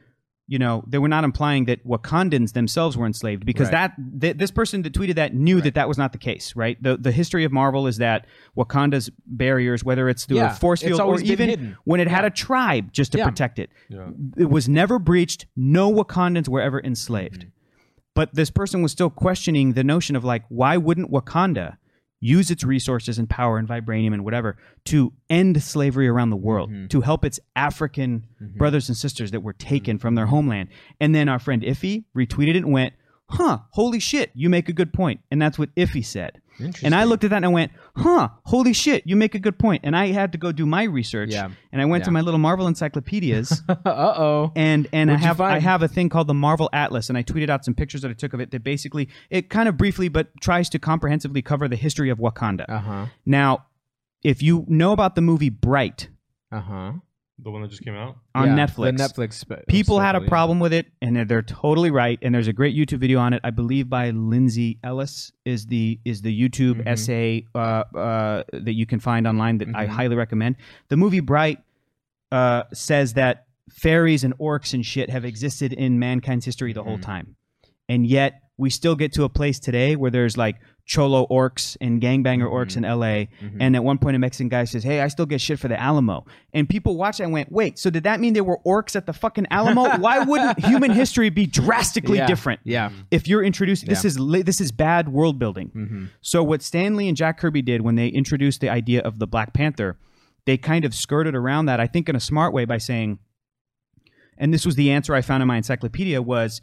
Speaker 3: You know, they were not implying that Wakandans themselves were enslaved because
Speaker 2: Right.
Speaker 3: that th- this person that tweeted that knew that that was not the case, right? The the history of Marvel is that Wakanda's barriers, whether it's through
Speaker 2: Yeah,
Speaker 3: a force
Speaker 2: it's
Speaker 3: field or
Speaker 2: always been
Speaker 3: even
Speaker 2: hidden.
Speaker 3: when it had a tribe just to
Speaker 2: Yeah.
Speaker 3: protect it.
Speaker 1: Yeah.
Speaker 3: It was never breached. No Wakandans were ever enslaved. But this person was still questioning the notion of like, why wouldn't Wakanda use its resources and power and vibranium and whatever to end slavery around the world,
Speaker 2: Mm-hmm.
Speaker 3: to help its African brothers and sisters that were taken from their homeland? And then our friend Iffy retweeted it and went, huh, holy shit, you make a good point. And that's what Iffy said.
Speaker 2: Interesting.
Speaker 3: And I looked at that and I went, huh, holy shit, you make a good point. And I had to go do my research.
Speaker 2: Yeah.
Speaker 3: And I went to
Speaker 2: Yeah.
Speaker 3: my little Marvel encyclopedias
Speaker 2: uh oh.
Speaker 3: and and I
Speaker 2: What'd you
Speaker 3: have I
Speaker 2: find?
Speaker 3: have a thing called the Marvel Atlas, and I tweeted out some pictures that I took of it that basically it kind of briefly but tries to comprehensively cover the history of Wakanda.
Speaker 2: Uh
Speaker 1: Uh-huh.
Speaker 2: huh.
Speaker 3: Now, if you know about the movie Bright
Speaker 2: Uh
Speaker 1: Uh-huh.
Speaker 2: huh.
Speaker 1: The one that just came out.
Speaker 3: on Netflix,
Speaker 2: The Netflix. spe-
Speaker 3: people had a
Speaker 2: special, yeah.
Speaker 3: problem with it, and they're, they're totally right. And there's a great YouTube video on it, I believe, by Lindsay Ellis is the is the YouTube
Speaker 2: Mhm.
Speaker 3: essay uh, uh, that you can find online that I
Speaker 2: Mhm.
Speaker 3: highly recommend. The movie Bright uh, says that fairies and orcs and shit have existed in mankind's history the whole
Speaker 2: Mhm.
Speaker 3: time, and yet we still get to a place today where there's like cholo orcs and gangbanger orcs in L.A.
Speaker 2: Mhm.
Speaker 3: And at one point, a Mexican guy says, "Hey, I still get shit for the Alamo." And people watched that and went, "Wait, so did that mean there were orcs at the fucking Alamo? Why wouldn't human history be drastically
Speaker 2: Yeah.
Speaker 3: different
Speaker 2: Yeah.
Speaker 1: Mm-hmm.
Speaker 3: if you're introduced? This is li- this is bad world building."
Speaker 2: Mm-hmm.
Speaker 3: So what Stanley and Jack Kirby did when they introduced the idea of the Black Panther, they kind of skirted around that, I think, in a smart way by saying, and this was the answer I found in my encyclopedia was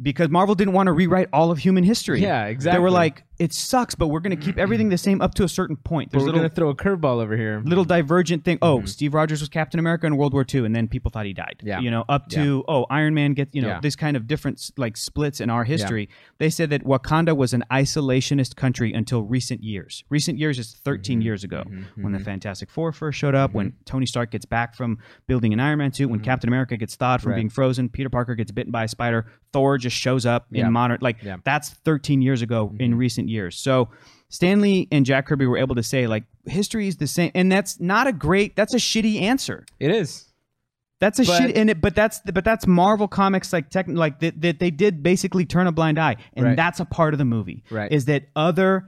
Speaker 3: because Marvel didn't want to rewrite all of human history.
Speaker 2: Yeah, exactly.
Speaker 3: They were like, it sucks, but we're going to keep everything the same up to a certain point.
Speaker 2: But
Speaker 3: There's
Speaker 2: we're
Speaker 3: little
Speaker 2: gonna Mm-hmm. throw a curveball over here.
Speaker 3: little divergent thing. Oh, Steve Rogers was Captain America in World War II, and then people thought he died.
Speaker 2: Yeah.
Speaker 3: You know, up to oh, Iron Man gets you know
Speaker 2: Yeah.
Speaker 3: this kind of different s- like splits in our history. They said that Wakanda was an isolationist country until recent years. Recent years is 13
Speaker 2: Mm-hmm.
Speaker 3: years ago when the Fantastic Four first showed up, when Tony Stark gets back from building an Iron Man suit, when Captain America gets thawed from
Speaker 2: Mm-hmm. Right.
Speaker 3: being frozen, Peter Parker gets bitten by a spider, Thor just shows up
Speaker 2: Yeah.
Speaker 3: in modern like
Speaker 2: Yeah. Mm-hmm.
Speaker 3: that's 13 years ago in recent years. So Stanley and Jack Kirby were able to say like history is the same, and that's not a great. That's a shitty answer.
Speaker 2: It is.
Speaker 3: That's a
Speaker 2: But-
Speaker 3: shit in it, but that's but that's Marvel comics like tech like that that they did basically turn a blind eye, and
Speaker 2: Right.
Speaker 3: that's a part of the movie.
Speaker 2: Right.
Speaker 3: is that other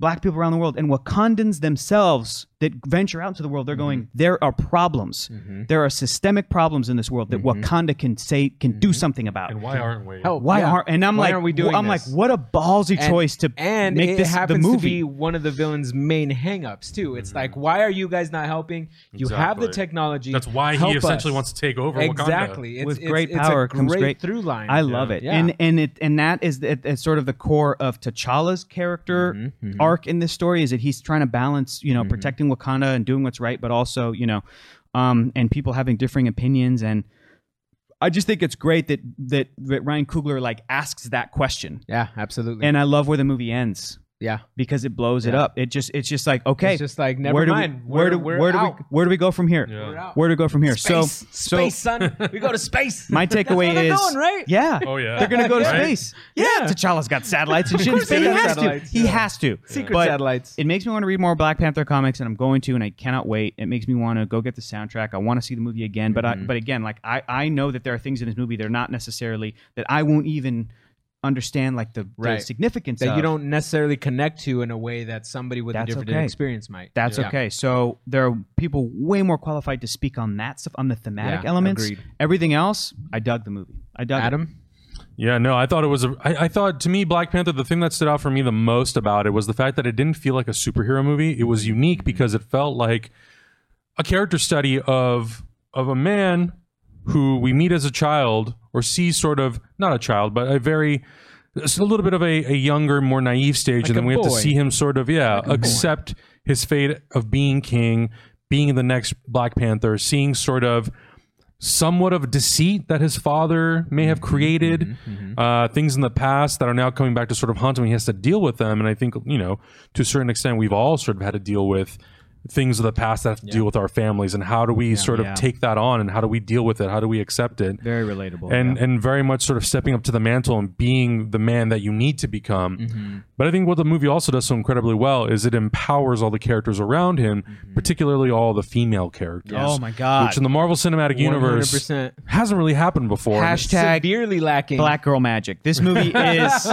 Speaker 3: black people around the world and Wakandans themselves that venture out into the world, they're
Speaker 2: Mm-hmm.
Speaker 3: going. There are problems.
Speaker 1: Mm-hmm.
Speaker 3: There are systemic problems in this world that
Speaker 2: Mm-hmm.
Speaker 3: Wakanda can say can do something about.
Speaker 1: And why aren't we?
Speaker 2: Hell,
Speaker 3: Why
Speaker 2: Mm-hmm. oh, yeah.
Speaker 3: aren't and I'm
Speaker 2: Why
Speaker 3: like
Speaker 2: aren't we doing
Speaker 3: I'm
Speaker 2: this?
Speaker 3: like what a ballsy
Speaker 2: And-
Speaker 3: choice to
Speaker 2: and
Speaker 3: make
Speaker 2: it
Speaker 3: this
Speaker 2: happens
Speaker 3: the
Speaker 2: to
Speaker 3: movie.
Speaker 2: be one of the villain's main hangups too. It's like, why are you guys not helping? You have the
Speaker 1: Mm-hmm. Exactly.
Speaker 2: technology.
Speaker 1: That's why he
Speaker 2: Help
Speaker 1: essentially
Speaker 2: us.
Speaker 1: wants to take over.
Speaker 2: Exactly. It's,
Speaker 3: With
Speaker 2: it's-
Speaker 3: great
Speaker 2: it's
Speaker 3: power
Speaker 2: a
Speaker 3: comes
Speaker 2: great,
Speaker 3: great-
Speaker 2: through line.
Speaker 3: I love it,
Speaker 2: Yeah.
Speaker 3: and and it and that is the, it's sort of the core of T'Challa's character
Speaker 2: Mm-hmm,
Speaker 3: arc in this story is that he's trying to balance, you know, protecting Wakanda and doing what's right, but also, you know, um, and people having differing opinions, and I just think it's great that that, that Ryan Coogler like asks that question,
Speaker 2: yeah, absolutely.
Speaker 3: and I love where the movie ends
Speaker 2: yeah,
Speaker 3: because it blows it
Speaker 2: Yeah.
Speaker 3: up. It just it's just like okay,
Speaker 2: it's just like never
Speaker 3: where do
Speaker 2: mind.
Speaker 3: we where do
Speaker 2: we're,
Speaker 3: where do
Speaker 2: out.
Speaker 3: we where do we go from here?
Speaker 1: Yeah.
Speaker 2: We're out.
Speaker 3: Where do we go from here?
Speaker 2: space,
Speaker 3: so
Speaker 2: space,
Speaker 3: so
Speaker 2: son. We go to space.
Speaker 3: my takeaway
Speaker 2: they're
Speaker 3: is
Speaker 2: doing, right?
Speaker 3: yeah.
Speaker 1: Oh yeah.
Speaker 3: They're gonna go to
Speaker 1: Right?
Speaker 3: space. Yeah. T'Challa's got satellites and shit. in
Speaker 2: course
Speaker 3: space. He
Speaker 2: he has
Speaker 3: has to.
Speaker 2: satellites,
Speaker 3: He
Speaker 2: yeah.
Speaker 3: has to.
Speaker 2: Secret
Speaker 3: But
Speaker 2: satellites.
Speaker 3: It makes me want to read more Black Panther comics, and I'm going to, and I cannot wait. It makes me want to go get the soundtrack. I want to see the movie again, but I,
Speaker 2: Mm-hmm.
Speaker 3: but again, like I, I know that there are things in this movie that are not necessarily that I won't even understand, like the, the
Speaker 2: Right.
Speaker 3: significance
Speaker 2: that
Speaker 3: of.
Speaker 2: you don't necessarily connect to in a way that somebody with a
Speaker 3: That's
Speaker 2: different
Speaker 3: okay.
Speaker 2: experience might.
Speaker 3: That's
Speaker 2: Yeah.
Speaker 3: okay. So there are people way more qualified to speak on that stuff, on the thematic
Speaker 2: Yeah,
Speaker 3: elements.
Speaker 2: agreed.
Speaker 3: Everything else, I dug the movie. I dug it.
Speaker 2: Adam.
Speaker 1: Yeah, no, I thought it was. A, I, I thought to me, Black Panther, the thing that stood out for me the most about it was the fact that it didn't feel like a superhero movie. It was unique because it felt like a character study of of a man who we meet as a child or see sort of not a child, but a very it's a little bit of a, a younger, more naive stage, and
Speaker 2: a
Speaker 1: then we have to
Speaker 2: boy.
Speaker 1: see him sort of yeah accept his fate of being king, being the next Black Panther, seeing sort of somewhat of deceit that his father may
Speaker 3: Mm-hmm.
Speaker 1: have created, uh, things in the past that are now coming back to sort of haunt him. He has to deal with them, and I think you know to a certain extent we've all sort of had to deal with things of the past that have to deal with our families, and how do we sort of
Speaker 3: Yeah.
Speaker 1: take that on, and how do we deal with it, how do we accept it,
Speaker 3: Very relatable.
Speaker 1: and and very much sort of stepping up to the mantle and being the man that you need to become.
Speaker 3: Mm-hmm.
Speaker 1: But I think what the movie also does so incredibly well is it empowers all the characters around him, particularly all the female characters.
Speaker 3: Mm-hmm. Oh my God.
Speaker 1: Which in the Marvel Cinematic Universe
Speaker 2: 100%.
Speaker 1: hasn't really happened before.
Speaker 3: Hashtag
Speaker 2: severely lacking.
Speaker 3: Black girl magic. This movie is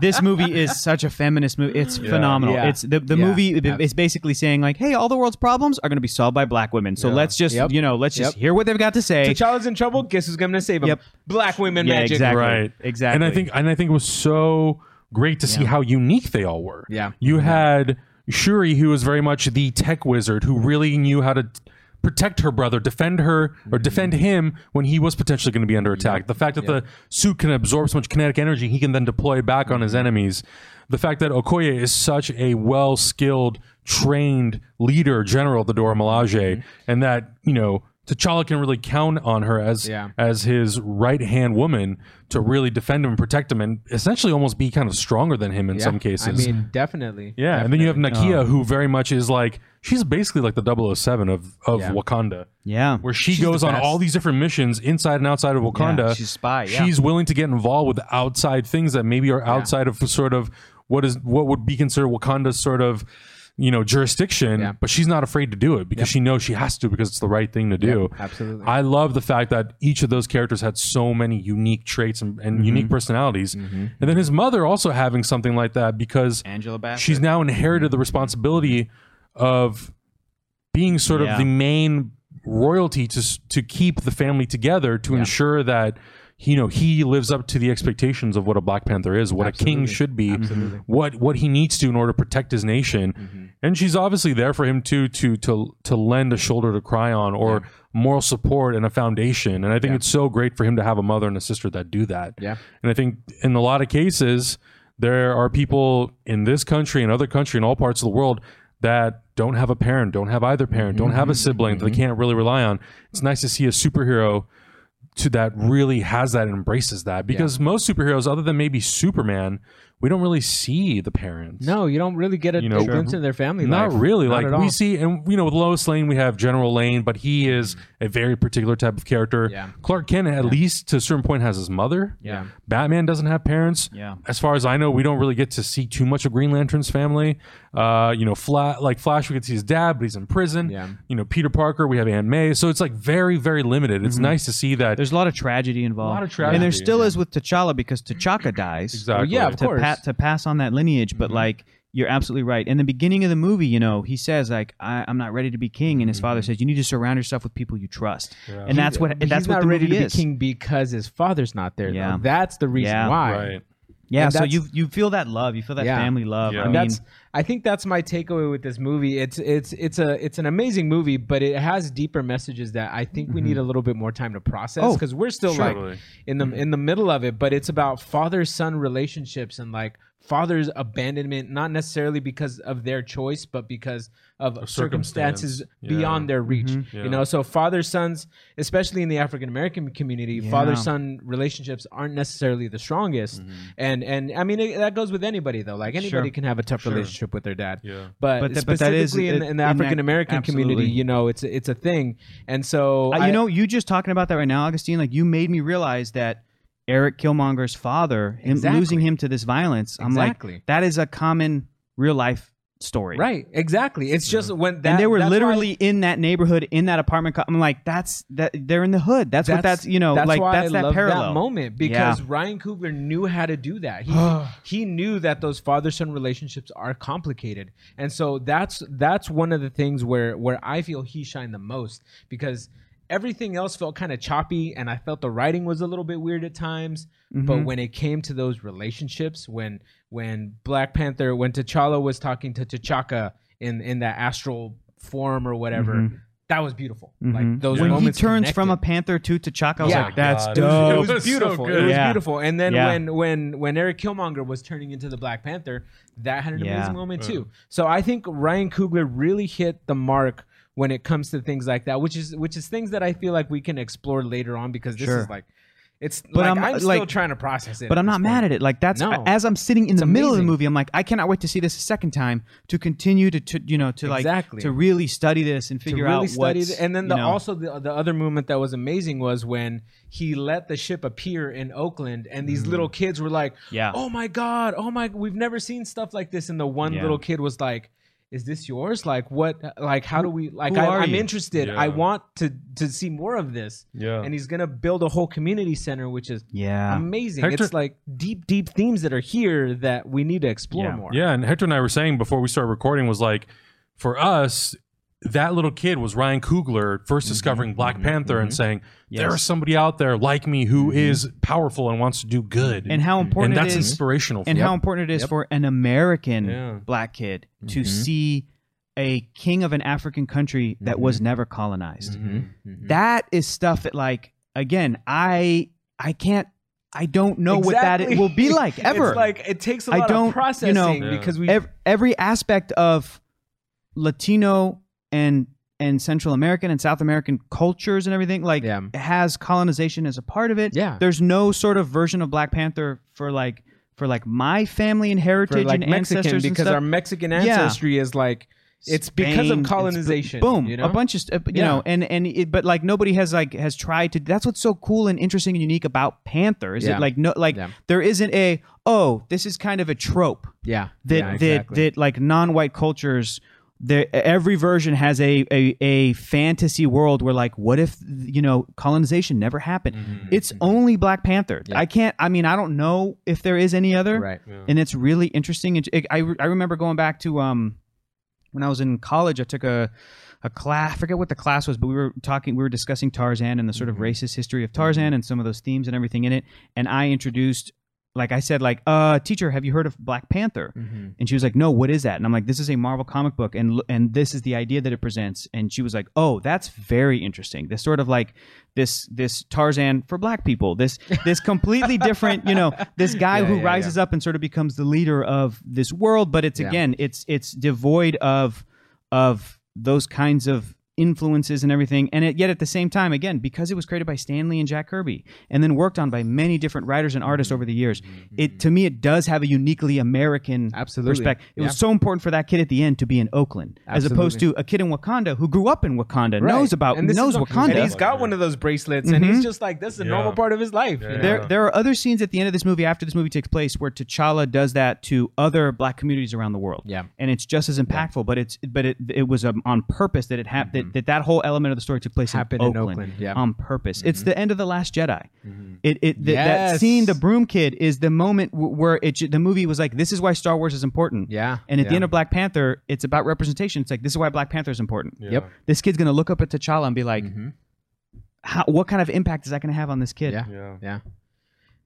Speaker 3: this movie is such a feminist movie. It's phenomenal.
Speaker 2: Yeah.
Speaker 3: It's the, the
Speaker 2: Yeah.
Speaker 3: movie
Speaker 2: Yeah.
Speaker 3: is basically saying like, hey, all the world's problems are going to be solved by black women. So let's just
Speaker 2: Yep.
Speaker 3: you know let's just
Speaker 2: Yep.
Speaker 3: hear what they've got to say.
Speaker 2: T'Challa's in trouble. Guess who's gonna save him?
Speaker 3: Yep.
Speaker 2: Black women
Speaker 3: Yeah,
Speaker 2: magic.
Speaker 3: exactly.
Speaker 1: right
Speaker 3: Exactly.
Speaker 1: and i think and i think it was so great to see how unique they all were
Speaker 2: Yeah.
Speaker 1: you had shuri who was very much the tech wizard who really knew how to protect her brother, defend her or defend
Speaker 2: Mm-hmm.
Speaker 1: him when he was potentially going to be under attack. The fact that the suit can absorb so much kinetic energy, he can then deploy back on
Speaker 2: Mm-hmm.
Speaker 1: his enemies. The fact that Okoye is such a well-skilled, trained leader, general of the Dora Milaje,
Speaker 2: Mm-hmm.
Speaker 1: and that you know T'Challa can really count on her as
Speaker 2: Yeah.
Speaker 1: as his right hand woman to really defend him, and protect him, and essentially almost be kind of stronger than him in some cases.
Speaker 2: I mean, definitely.
Speaker 1: Yeah, and then you have Nakia,
Speaker 3: Um,
Speaker 1: who very much is like she's basically like the 007 of of
Speaker 2: Yeah.
Speaker 1: Wakanda,
Speaker 3: Yeah.
Speaker 1: where she
Speaker 3: She's
Speaker 1: goes
Speaker 3: the
Speaker 1: on
Speaker 3: best.
Speaker 1: all these different missions inside and outside of Wakanda.
Speaker 3: she's a spy, yeah.
Speaker 1: She's willing to get involved with outside things that maybe are outside of sort of what is what would be considered Wakanda's sort of you know jurisdiction,
Speaker 2: Yeah.
Speaker 1: but she's not afraid to do it because she knows she has to because it's the right thing to do.
Speaker 2: absolutely.
Speaker 1: I love the fact that each of those characters had so many unique traits and, and
Speaker 3: Mm-hmm.
Speaker 1: unique personalities, and then his mother also having something like that because
Speaker 3: Angela Bassett.
Speaker 1: she's now inherited the responsibility of being sort of
Speaker 3: Yeah.
Speaker 1: the main royalty to s- to keep the family together to ensure that you know he lives up to the expectations of what a black panther is what a king
Speaker 2: Absolutely.
Speaker 1: should be
Speaker 2: Absolutely. Mm-hmm.
Speaker 1: what what he needs to in order to protect his nation and she's obviously there for him too to to to lend a shoulder to cry on or moral support and a foundation and i think it's so great for him to have a mother and a sister that do that
Speaker 2: Yeah.
Speaker 1: and I think in a lot of cases, there are people in this country and other country in all parts of the world that don't have a parent, don't have either parent, don't have a
Speaker 2: Mm-hmm.
Speaker 1: sibling that they can't really rely on. It's nice to see a superhero to that really has that and embraces that because most superheroes, other than maybe Superman, we don't really see the parents.
Speaker 2: No, you don't really get a
Speaker 1: You know,
Speaker 2: glimpse into their family
Speaker 1: Not
Speaker 2: life.
Speaker 1: really.
Speaker 2: Not
Speaker 1: like
Speaker 2: at all.
Speaker 1: we see, and you know, with Lois Lane, we have General Lane, but he is a very particular type of character.
Speaker 2: Mm-hmm. Yeah.
Speaker 1: Clark Kent, at least to a certain point, has his mother.
Speaker 2: Yeah.
Speaker 1: Batman doesn't have parents.
Speaker 3: Yeah.
Speaker 1: As far as I know, we don't really get to see too much of Green Lantern's family. Uh, you know, Fla- like Flash, we get to see his dad, but he's in prison.
Speaker 2: Yeah.
Speaker 1: You know, Peter Parker, we have Aunt May. So it's like very, very limited. It's nice to see that.
Speaker 3: Mm-hmm. There's a lot of tragedy involved.
Speaker 1: lot of tragedy,
Speaker 3: And there still is with T'Challa because T'Chaka dies.
Speaker 1: exactly.
Speaker 2: yeah, of
Speaker 3: to,
Speaker 2: course. Mm-hmm.
Speaker 3: pa- to pass on that lineage. But like, you're absolutely right. In the beginning of the movie, you know, he says like, I, "I'm not ready to be king," and his father says, "You need to surround yourself with people you trust," and that's what
Speaker 2: Mm-hmm. But
Speaker 3: that's
Speaker 2: he's
Speaker 3: what
Speaker 2: not
Speaker 3: the
Speaker 2: ready
Speaker 3: movie
Speaker 2: to
Speaker 3: is.
Speaker 2: be king because his father's not there. though.
Speaker 3: Yeah.
Speaker 2: That's the reason
Speaker 3: Yeah.
Speaker 2: why.
Speaker 1: Right.
Speaker 3: Yeah,
Speaker 2: And
Speaker 3: so
Speaker 2: that's-
Speaker 3: you you feel that love, you feel that
Speaker 2: Yeah.
Speaker 3: family love.
Speaker 1: Yeah.
Speaker 3: I
Speaker 1: And
Speaker 3: mean,
Speaker 2: that's I think that's my takeaway with this movie. It's it's it's a it's an amazing movie, but it has deeper messages that I think we need a little bit more time to process
Speaker 3: Mm-hmm. Oh,
Speaker 2: because we're still
Speaker 1: sure.
Speaker 2: like in the in the middle of it. But it's about father son relationships and like father's abandonment, not necessarily because of their choice, but because of
Speaker 1: circumstance.
Speaker 2: circumstances
Speaker 1: Yeah.
Speaker 2: beyond
Speaker 3: Mm-hmm.
Speaker 2: their reach.
Speaker 1: Yeah.
Speaker 2: You know, so father sons, especially in the African American community,
Speaker 3: Yeah.
Speaker 2: father son relationships aren't necessarily the strongest. And and I mean it, that goes with anybody though. Like anybody
Speaker 3: Mm-hmm. Sure.
Speaker 2: can have a tough relationship with their dad.
Speaker 1: Yeah.
Speaker 2: But,
Speaker 3: But that- but that
Speaker 2: specifically
Speaker 3: is- it-
Speaker 2: in, in the
Speaker 3: in that-
Speaker 2: African American community,
Speaker 3: absolutely.
Speaker 2: you know, it's a- it's a thing. And so
Speaker 3: Uh,
Speaker 2: I-
Speaker 3: you know, you just talking about that right now, Augustine. Like you made me realize that Eric Killmonger's father, him
Speaker 2: Exactly.
Speaker 3: losing him to this violence. I'm
Speaker 2: Exactly.
Speaker 3: like, that is a common real life story.
Speaker 2: right, exactly. It's just when that
Speaker 3: and they were
Speaker 2: that's why-
Speaker 3: literally in that neighborhood, in that apartment. Co- I'm like, that's that. They're in the hood. That's, what. That's you know, like
Speaker 2: why
Speaker 3: that's
Speaker 2: I
Speaker 3: that
Speaker 2: love
Speaker 3: parallel
Speaker 2: that moment because Ryan Coogler knew how to do that. He he knew that those father son relationships are complicated, and so that's that's one of the things where where I feel he shined the most because everything else felt kind of choppy, and I felt the writing was a little bit weird at times.
Speaker 3: Mm-hmm.
Speaker 2: But when it came to those relationships, when when Black Panther, when T'Challa was talking to T'Chaka in in that astral form or whatever. That was beautiful. Like those
Speaker 3: Mm-hmm. When he
Speaker 2: moments
Speaker 3: turns from
Speaker 2: connected.
Speaker 3: a panther to T'Chaka, I was
Speaker 2: Yeah.
Speaker 3: like, that's
Speaker 1: God.
Speaker 3: dope.
Speaker 2: It
Speaker 1: Oh,
Speaker 2: was,
Speaker 1: that's so
Speaker 2: beautiful.
Speaker 1: good.
Speaker 2: it was
Speaker 3: Yeah.
Speaker 2: beautiful. And then
Speaker 3: Yeah.
Speaker 2: when when when Eric Killmonger was turning into the Black Panther, that had an
Speaker 3: Yeah.
Speaker 2: amazing moment too. So I think Ryan Coogler really hit the mark when it comes to things like that, which is which is things that I feel like we can explore later on because this
Speaker 3: Sure.
Speaker 2: is like it's like
Speaker 3: I'm, uh,
Speaker 2: I'm, still
Speaker 3: like-
Speaker 2: trying to process it.
Speaker 3: But
Speaker 2: at
Speaker 3: I'm
Speaker 2: this
Speaker 3: not mad
Speaker 2: point.
Speaker 3: at it. Like that's
Speaker 2: No.
Speaker 3: as I'm sitting in the middle of the
Speaker 2: amazing.
Speaker 3: movie, I'm like, I cannot wait to see this a second time to continue to, to you know to like
Speaker 2: Exactly.
Speaker 3: to really study this and
Speaker 2: to
Speaker 3: figure
Speaker 2: really
Speaker 3: out
Speaker 2: study
Speaker 3: what's
Speaker 2: it. And then
Speaker 3: you
Speaker 2: the,
Speaker 3: know,
Speaker 2: also the, the other movement that was amazing was when he let the ship appear in Oakland, and these little kids were like,
Speaker 3: Mm. Yeah.
Speaker 2: oh my god, oh my, we've never seen stuff like this." And the one
Speaker 3: Yeah.
Speaker 2: little kid was like. Is this yours? Like what? Like how do we? Like
Speaker 3: who
Speaker 2: I,
Speaker 3: are
Speaker 2: I'm
Speaker 3: you?"
Speaker 2: interested.
Speaker 1: Yeah.
Speaker 2: I want to to see more of this.
Speaker 1: Yeah.
Speaker 2: And he's gonna build a whole community center, which is
Speaker 3: Yeah.
Speaker 2: amazing.
Speaker 1: Hector-
Speaker 2: it's like deep, deep themes that are here that we need to explore
Speaker 3: Yeah.
Speaker 2: more.
Speaker 1: Yeah, and Hector and I were saying before we started recording was like, for us, that little kid was Ryan Coogler first discovering Black Panther and saying, there
Speaker 3: Mm-hmm. Yes. Mm-hmm.
Speaker 1: is somebody out there like me who is powerful and wants to do good.
Speaker 3: and how
Speaker 1: and
Speaker 3: important
Speaker 1: that's
Speaker 3: it is
Speaker 1: inspirational.
Speaker 3: and
Speaker 1: for
Speaker 2: Mm-hmm.
Speaker 3: how important it is for an American black kid to see a king of an African country that
Speaker 2: Mhm.
Speaker 3: was never colonized.
Speaker 2: Mhm.
Speaker 3: That is stuff that like again, I I can't I don't know what
Speaker 2: Exactly.
Speaker 3: that will be like ever.
Speaker 2: It's like it takes a
Speaker 3: I
Speaker 2: lot
Speaker 3: don't- you know,
Speaker 2: of processing
Speaker 1: Yeah.
Speaker 2: because we
Speaker 3: Ev- every aspect of Latino and and Central American and South American cultures and everything like
Speaker 2: Yeah.
Speaker 3: has colonization as a part of it.
Speaker 2: Yeah.
Speaker 3: there's no sort of version of Black Panther for like for like my family and
Speaker 2: for
Speaker 3: heritage
Speaker 2: like
Speaker 3: and
Speaker 2: Mexican
Speaker 3: ancestors and
Speaker 2: because
Speaker 3: stuff.
Speaker 2: our Mexican
Speaker 3: Yeah.
Speaker 2: ancestry is like it's because
Speaker 3: Spain,
Speaker 2: of
Speaker 3: it's bo-
Speaker 2: colonization.
Speaker 3: boom,
Speaker 2: you know?
Speaker 3: a bunch of st- you
Speaker 2: Yeah.
Speaker 3: know, and and it, but like nobody has like has tried to. That's what's so cool and interesting and unique about Panther is
Speaker 2: Yeah.
Speaker 3: it like no like
Speaker 2: Yeah.
Speaker 3: there isn't a oh this is kind of a trope
Speaker 2: yeah
Speaker 3: that
Speaker 2: yeah, exactly.
Speaker 3: that that like non-white cultures there every version has a, a a fantasy world where like what if you know colonization never happened it's only black panther
Speaker 2: Mm-hmm. Yeah.
Speaker 3: i can't i mean i don't know if there is any other
Speaker 2: right
Speaker 3: and it's really interesting It- it- I, re- I remember going back to um when i was in college i took a a class i forget what the class was but we were talking we were discussing tarzan and the sort of
Speaker 2: Mm-hmm.
Speaker 3: racist history of tarzan and some of those themes and everything in it and i introduced like i said like uh teacher have you heard of black panther
Speaker 2: Mm.
Speaker 3: and she was like, "No, what is that?" And I'm like, "This is a Marvel comic book, and l- and this is the idea that it presents." And she was like, "Oh, that's very interesting. This sort of like this this Tarzan for black people. This this completely different, you know, this guy
Speaker 2: Yeah,
Speaker 3: who
Speaker 2: yeah,
Speaker 3: rises up and sort of becomes the leader of this world, but it's
Speaker 2: Yeah.
Speaker 3: again, it's it's devoid of of those kinds of influences and everything and it, yet at the same time again because it was created by stanley and jack kirby and then worked on by many different writers and artists
Speaker 2: Mm-hmm.
Speaker 3: over the years it to me it does have a uniquely american
Speaker 2: Absolutely.
Speaker 3: perspect- It
Speaker 2: Yeah.
Speaker 3: was so important for that kid at the end to be in Oakland, as opposed to
Speaker 2: Absolutely.
Speaker 3: a kid in Wakanda who grew up in Wakanda,
Speaker 2: Right.
Speaker 3: knows about
Speaker 2: And this
Speaker 3: knows
Speaker 2: is a-
Speaker 3: Wakanda. Mm-hmm.
Speaker 2: and he's got one of those bracelets and he's just like that's a
Speaker 1: Yeah.
Speaker 2: normal part of his life you
Speaker 1: Yeah.
Speaker 2: know?
Speaker 3: there, there are other scenes at the end of this movie, after this movie takes place, where T'Challa does that to other black communities around the world.
Speaker 2: Yeah.
Speaker 3: and it's just as impactful. But it's but it it was um, on purpose that it happened that, that that whole element of the story took place
Speaker 2: Mm-hmm. Happened
Speaker 3: in
Speaker 2: in
Speaker 3: Oakland, Um,
Speaker 2: Oakland, yeah. Mm-hmm.
Speaker 3: on purpose. It's the end of the Last Jedi. It it th- that
Speaker 2: Yes.
Speaker 3: scene, the broom kid, is the moment w- where it ju- the movie was like, this is why Star Wars is important.
Speaker 2: Yeah,
Speaker 3: and at the
Speaker 2: yeah.
Speaker 3: end of Black Panther, it's about representation. It's like this is why Black Panther is important
Speaker 2: Yep.
Speaker 3: this kid's gonna look up at T'Challa and be like,
Speaker 2: Mm-hmm.
Speaker 3: how, "What kind of impact is that gonna have on this kid?"
Speaker 2: yeah
Speaker 1: Yeah.
Speaker 2: yeah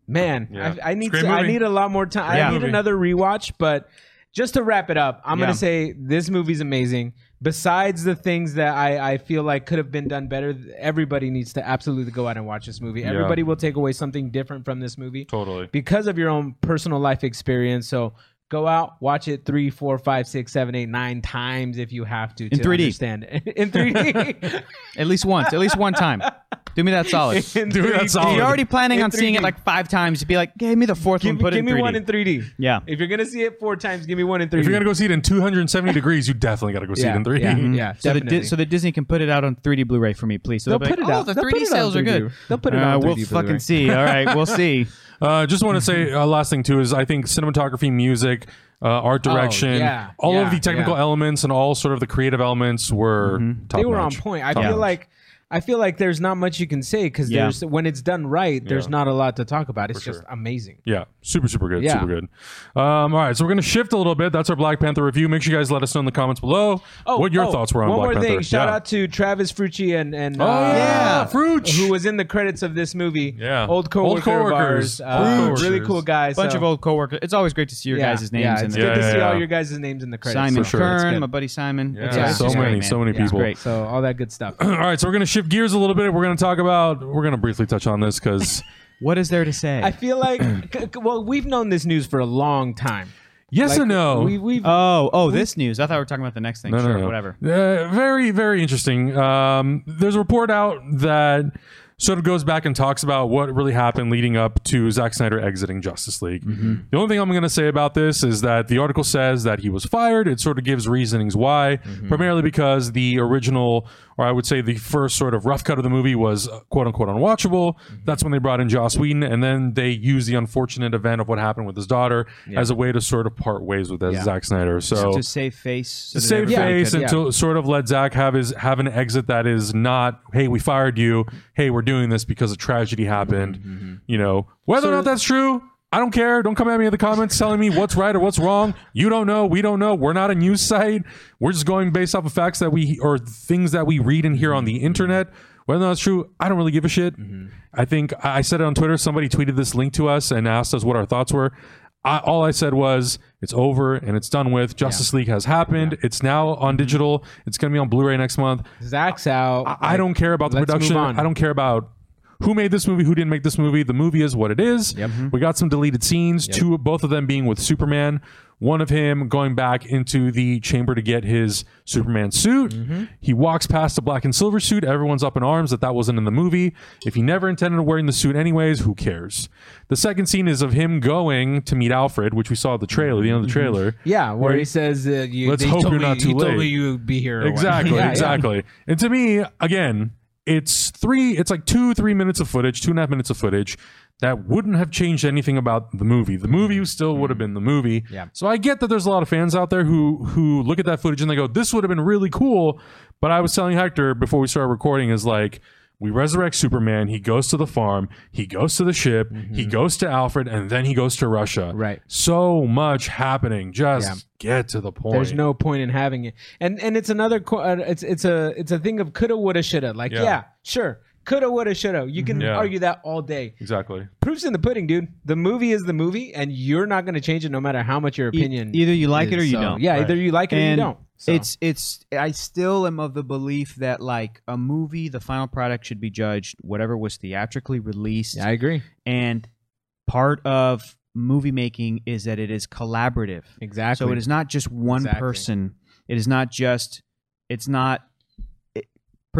Speaker 2: man
Speaker 1: Yeah.
Speaker 2: I, I
Speaker 1: It's a
Speaker 2: need
Speaker 1: great
Speaker 2: to, I
Speaker 1: movie.
Speaker 2: need a lot more time
Speaker 3: Great
Speaker 2: I need
Speaker 1: movie.
Speaker 2: another rewatch but just to wrap it up I'm
Speaker 3: Yeah.
Speaker 2: gonna say this movie's amazing besides the things that I, I feel like could have been done better everybody needs to absolutely go out and watch this movie everybody will take away something different from this movie
Speaker 1: Totally.
Speaker 2: because of your own personal life experience. So go out, watch it three, four, five, six, seven, eight, nine times if you have to. to
Speaker 3: 3D.
Speaker 2: Understand in 3D.
Speaker 3: At least once, at least one time. Do me that solid. If
Speaker 2: in
Speaker 1: Dude, that's all.
Speaker 3: You're already planning
Speaker 2: In
Speaker 3: on seeing it
Speaker 2: 3D.
Speaker 3: like five times. Be like, give me the fourth
Speaker 2: Give,
Speaker 3: one. Put
Speaker 2: give
Speaker 3: it
Speaker 2: me
Speaker 3: in 3D.
Speaker 2: one in 3D.
Speaker 3: Yeah.
Speaker 2: If you're gonna see it four times, give me one in 3D.
Speaker 1: If you're gonna go see it in 270 degrees, you definitely gotta go see
Speaker 2: yeah,
Speaker 1: it in three. Mm-hmm.
Speaker 2: yeah,
Speaker 1: D.
Speaker 2: yeah,
Speaker 3: so that,
Speaker 2: definitely.
Speaker 3: Di- so that Disney can put it out on 3D Blu-ray for me, please. So
Speaker 2: They'll
Speaker 3: be
Speaker 2: put
Speaker 3: like,
Speaker 2: it
Speaker 3: oh,
Speaker 2: out.
Speaker 3: the
Speaker 2: They'll
Speaker 3: 3D
Speaker 2: put it out on
Speaker 3: sales are
Speaker 2: 3D.
Speaker 3: good.
Speaker 2: They'll put it
Speaker 3: uh,
Speaker 2: out on
Speaker 3: We'll
Speaker 2: 3D Blu-ray.
Speaker 3: fucking see. All right, we'll see.
Speaker 1: Uh, just want to say uh, last thing too is I think cinematography, music, uh, art direction,
Speaker 2: Oh, yeah,
Speaker 1: all
Speaker 2: yeah,
Speaker 1: of the technical
Speaker 2: yeah. Mm-hmm.
Speaker 1: elements and all sort of the creative elements were top
Speaker 2: they were
Speaker 1: notch.
Speaker 2: on point. I
Speaker 1: Top
Speaker 2: feel
Speaker 1: notch.
Speaker 2: like I feel like there's not much you can say because
Speaker 3: Yeah.
Speaker 2: there's when it's done right, there's
Speaker 1: Yeah.
Speaker 2: not a lot to talk about. It's just amazing.
Speaker 1: Yeah, super, super good.
Speaker 2: Yeah.
Speaker 1: Super good. Um, all right, so we're going to shift a little bit. That's our Black Panther review. Make sure you guys let us know in the comments below what your
Speaker 2: oh,
Speaker 1: thoughts were on
Speaker 2: one
Speaker 1: Black
Speaker 2: more
Speaker 1: Panther.
Speaker 2: Thing. Shout
Speaker 1: Yeah.
Speaker 2: out to Travis Frucci and and
Speaker 1: Oh,
Speaker 2: uh,
Speaker 1: yeah, Fruch.
Speaker 2: who was in the credits of this movie.
Speaker 1: Yeah.
Speaker 2: old
Speaker 1: Old
Speaker 2: coworker
Speaker 1: coworkers.
Speaker 2: of ours.
Speaker 1: Fruch.
Speaker 2: Uh, really cool guys.
Speaker 3: Bunch
Speaker 2: so-
Speaker 3: of old coworkers. It's always great to see your
Speaker 2: yeah,
Speaker 3: guys' names
Speaker 2: Yeah,
Speaker 3: in
Speaker 2: it's
Speaker 3: there.
Speaker 2: good to
Speaker 1: Yeah,
Speaker 2: see all
Speaker 1: yeah.
Speaker 2: your guys' names in the credits.
Speaker 3: Simon
Speaker 1: For sure. It's
Speaker 3: Kern,
Speaker 2: good.
Speaker 3: my buddy Simon.
Speaker 1: Yeah.
Speaker 3: It's-
Speaker 2: Yeah.
Speaker 3: it's
Speaker 2: So
Speaker 3: just
Speaker 1: many,
Speaker 3: great, man.
Speaker 1: so many
Speaker 3: It's
Speaker 1: people.
Speaker 3: Great.
Speaker 2: So all that good stuff.
Speaker 1: all right, so we're going to shift gears a little bit. We're going to talk about, we're going to briefly touch on this because,
Speaker 3: What is there to say?
Speaker 2: I feel like, c- c- well, we've known this news for a long time.
Speaker 1: yes
Speaker 2: Like,
Speaker 1: or no?
Speaker 2: We, we've
Speaker 3: oh, oh, this news. I thought we were talking about the next thing.
Speaker 1: No, no,
Speaker 3: sure,
Speaker 1: no.
Speaker 3: whatever.
Speaker 1: Uh, very, very interesting. Um, there's a report out that sort of goes back and talks about what really happened leading up to Zack Snyder exiting Justice League. The only thing I'm going to say about this is that the article says that he was fired. It sort of gives reasonings why, primarily because the original, or I would say the first sort of rough cut of the movie was uh, quote unquote unwatchable. That's when they brought in Joss Whedon, and then they used the unfortunate event of what happened with his daughter as a way to sort of part ways with uh, Zack Snyder. So
Speaker 3: to save face. so
Speaker 1: to
Speaker 3: that
Speaker 1: save
Speaker 3: everybody
Speaker 1: face
Speaker 3: could-
Speaker 1: and to sort of let Zach have his have an exit that is not, hey, we fired you. Hey, we're doing this because a tragedy happened. You know, whether or not that's true, I don't care. Don't come at me in the comments telling me what's right or what's wrong. You don't know. We don't know. We're not a news site. We're just going based off of facts that we or things that we read and hear on the internet. Whether or not it's true, I don't really give a shit. I think I I said it on Twitter. Somebody tweeted this link to us and asked us what our thoughts were. I, all I said was it's over and it's done with. Justice League has happened. It's now on digital. It's going to be on Blu-ray next month.
Speaker 2: Zach's out.
Speaker 1: I, I don't care about the
Speaker 2: let's move
Speaker 1: production.
Speaker 2: on.
Speaker 1: I don't care about who made this movie, who didn't make this movie. The movie is what it is.
Speaker 2: Mm-hmm.
Speaker 1: We got some deleted scenes, two both of them being with Superman. One of him going back into the chamber to get his Superman suit.
Speaker 2: Mm-hmm.
Speaker 1: He walks past a black and silver suit. Everyone's up in arms that that wasn't in the movie. If he never intended on wearing the suit anyways, who cares? The second scene is of him going to meet Alfred, which we saw at the trailer, the end of the
Speaker 2: Mm-hmm.
Speaker 1: trailer.
Speaker 2: Yeah, where
Speaker 1: Right.
Speaker 2: he says, uh, you,
Speaker 1: Let's
Speaker 2: they
Speaker 1: hope
Speaker 2: told
Speaker 1: you're
Speaker 2: me-
Speaker 1: not too
Speaker 2: he told
Speaker 1: late.
Speaker 2: me you'd be here. or whatever.
Speaker 1: Exactly,
Speaker 2: Yeah, yeah.
Speaker 1: exactly. And to me, again, it's three. It's like two, three minutes of footage, two and a half minutes of footage that wouldn't have changed anything about the movie. The movie still would have been the movie.
Speaker 2: Mm. Yeah.
Speaker 1: So I get that there's a lot of fans out there who who look at that footage and they go, "This would have been really cool." But I was telling Hector before we started recording is like. We resurrect Superman. He goes to the farm. He goes to the ship. He goes to Alfred, and then he goes to Russia.
Speaker 2: Mm-hmm. Right.
Speaker 1: So much happening. Just get to the point.
Speaker 2: There's no point in having it. And and it's another co- uh, it's it's a it's a thing of coulda woulda shoulda. Like
Speaker 1: Yeah.
Speaker 2: yeah, sure. Coulda woulda shoulda. You can
Speaker 1: Yeah.
Speaker 2: argue that all day.
Speaker 1: exactly.
Speaker 2: Proof's in the pudding, dude. The movie is the movie and you're not going to change it no matter how much your
Speaker 3: E-
Speaker 2: opinion.
Speaker 3: either you like
Speaker 2: is.
Speaker 3: it or you
Speaker 2: So,
Speaker 3: don't.
Speaker 2: Yeah, either you like it
Speaker 3: and
Speaker 2: or you don't. So,
Speaker 3: It's it's I still am of the belief that like a movie, the final product should be judged whatever was theatrically released.
Speaker 2: Yeah, I agree.
Speaker 3: And part of movie making is that it is collaborative.
Speaker 2: Exactly.
Speaker 3: So it is not just one
Speaker 2: Exactly.
Speaker 3: person. It is not just. It's not. It,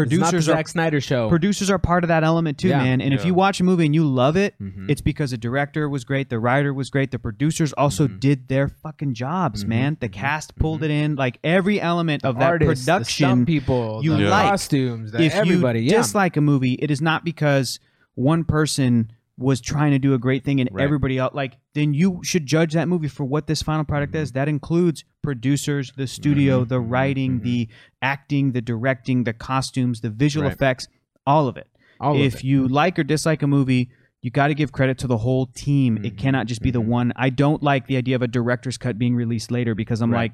Speaker 2: It's not the
Speaker 3: producers are
Speaker 2: Zack Snyder show.
Speaker 3: producers are part of that element too,
Speaker 2: Yeah.
Speaker 3: man. And if
Speaker 1: Yeah.
Speaker 3: you watch a movie and you love it,
Speaker 2: Mhm.
Speaker 3: it's because the director was great, the writer was great, the producers also
Speaker 2: Mm-hmm.
Speaker 3: did their fucking jobs, man. The cast pulled it in, like every element of that
Speaker 2: Artists, the
Speaker 3: production.
Speaker 2: stunt people,
Speaker 3: you
Speaker 2: the
Speaker 3: like.
Speaker 2: costumes, the
Speaker 3: if
Speaker 2: everybody.
Speaker 3: you
Speaker 2: yeah.
Speaker 3: dislike a movie, it is not because one person was trying to do a great thing and
Speaker 2: Right.
Speaker 3: everybody else like then you should judge that movie for what this final product
Speaker 2: Mm-hmm.
Speaker 3: is that includes producers the studio the writing
Speaker 2: Mm-hmm.
Speaker 3: the acting the directing the costumes the visual
Speaker 2: Right.
Speaker 3: effects all of it
Speaker 2: All of
Speaker 3: if
Speaker 2: it.
Speaker 3: you like or dislike a movie, you got to give credit to the whole team.
Speaker 2: Mm-hmm.
Speaker 3: It cannot just be the one. I don't like the idea of a director's cut being released later because I'm like,
Speaker 2: Right.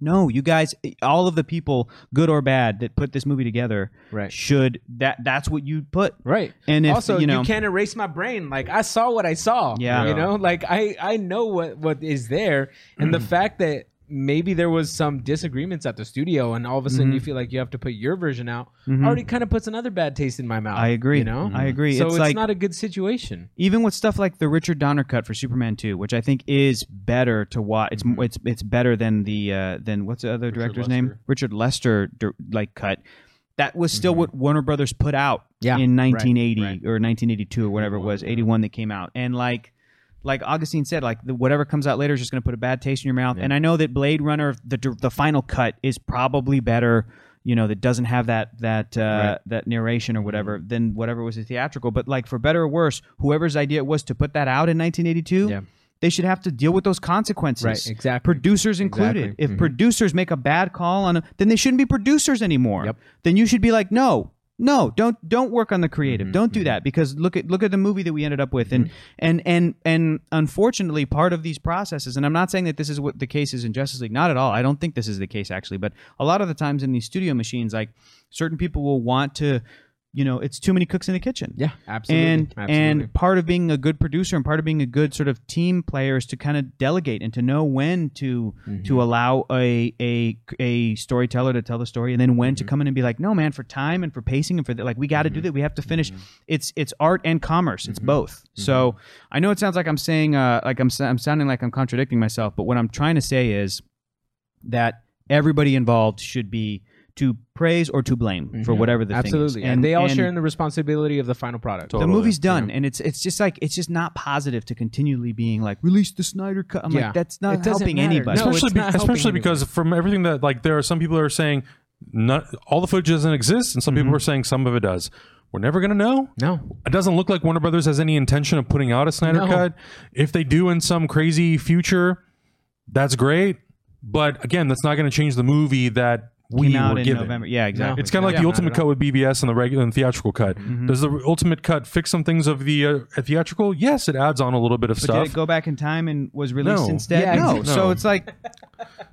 Speaker 3: no, you guys, eh, all of the people, good or bad, that put this movie together,
Speaker 2: Right.
Speaker 3: should that that's what you put.
Speaker 2: Right.
Speaker 3: And if
Speaker 2: also,
Speaker 3: you know,
Speaker 2: can't erase my brain. Like I saw what I saw.
Speaker 3: Yeah.
Speaker 1: Yeah.
Speaker 2: You know, like I I know what what is there, and the
Speaker 3: Mm.
Speaker 2: fact that maybe there was some disagreements at the studio, and all of a sudden you
Speaker 3: Mm-hmm.
Speaker 2: feel like you have to put your version out,
Speaker 3: Mhm.
Speaker 2: already kind of puts another bad taste in my mouth.
Speaker 3: I agree.
Speaker 2: You know,
Speaker 3: I agree.
Speaker 2: So
Speaker 3: It's
Speaker 2: it's,
Speaker 3: like-
Speaker 2: not a good situation.
Speaker 3: even with stuff like the Richard Donner cut for Superman 2, which I think is better to watch. It's it's it's better than the uh, than what's the other director's name?
Speaker 1: Lester.
Speaker 3: Richard Lester dir- like cut. That was still what Warner Brothers put out
Speaker 2: Mm-hmm. Yeah,
Speaker 3: in 1980
Speaker 2: right.
Speaker 3: or 1982 or whatever it was, 81 that came out. And like like Augustine said, like the, whatever comes out later is just going to put a bad taste in your mouth. And I know that Blade Runner, the dir- the final cut is probably better, you know, that doesn't have that that uh, that narration or whatever
Speaker 2: Mm-hmm.
Speaker 3: than whatever was the theatrical. But like for better or worse, whoever's idea it was to put that out in 1982,
Speaker 2: Yeah.
Speaker 3: they should have to deal with those consequences.
Speaker 2: Right, exactly.
Speaker 3: Producers included.
Speaker 2: Exactly. Mm-hmm.
Speaker 3: If producers make a bad call on them, then they shouldn't be producers anymore.
Speaker 2: Yep.
Speaker 3: Then you should be like, no, no, don't don't work on the creative.
Speaker 2: Mm-hmm.
Speaker 3: Don't do that because look at look at the movie that we ended up with, and and and and unfortunately, part of these processes, and I'm not saying that this is what the case is in Justice League, not at all. I don't think this is the case actually, but a lot of the times in these studio machines, like certain people will want to. You know, it's too many cooks in the kitchen
Speaker 2: Yeah, absolutely.
Speaker 3: and
Speaker 2: absolutely.
Speaker 3: and part of being a good producer and part of being a good sort of team player is to kind of delegate and to know when to
Speaker 2: Mm-hmm.
Speaker 3: to allow a a a storyteller to tell the story and then when
Speaker 2: Mm-hmm.
Speaker 3: to come in and be like no man for time and for pacing and for the, like we got to do that we have to finish
Speaker 2: Mm-hmm.
Speaker 3: it's it's art and commerce it's both so i know it sounds like i'm saying uh like i'm s- i'm sounding like i'm contradicting myself but what i'm trying to say is that everybody involved should be to praise or to blame for whatever the thing is
Speaker 2: Mm-hmm. absolutely, and, they all share in the responsibility of the final product.
Speaker 1: Totally.
Speaker 3: the movie's done, and it's it's just like it's just not positive to continually being like release the Snyder cut. I'm
Speaker 2: Yeah.
Speaker 3: like that's not
Speaker 2: It doesn't
Speaker 3: helping
Speaker 2: matter.
Speaker 3: anybody.
Speaker 2: No,
Speaker 1: especially
Speaker 2: it's
Speaker 1: be-
Speaker 2: not helping
Speaker 1: especially because from everything that like there are some people that are saying not, all the footage doesn't exist and some people are saying some of it does we're never going to know
Speaker 2: No,
Speaker 1: it doesn't look like warner brothers has any intention of putting out a snyder
Speaker 2: No.
Speaker 1: cut if they do in some crazy future that's great but again that's not going to change the movie that we
Speaker 3: Came out
Speaker 1: were
Speaker 3: in
Speaker 1: given
Speaker 3: November. Yeah, exactly.
Speaker 1: it's kind of like
Speaker 2: Yeah,
Speaker 1: the
Speaker 2: not
Speaker 1: ultimate
Speaker 2: at
Speaker 1: cut with BBS and the regular and theatrical cut. Does the ultimate cut fix some things of the uh, theatrical? Yes, it adds on a little bit of
Speaker 3: but
Speaker 1: stuff.
Speaker 3: did it go back in time and was released
Speaker 1: No.
Speaker 3: instead?
Speaker 2: Yeah,
Speaker 3: no.
Speaker 1: exactly.
Speaker 3: So it's like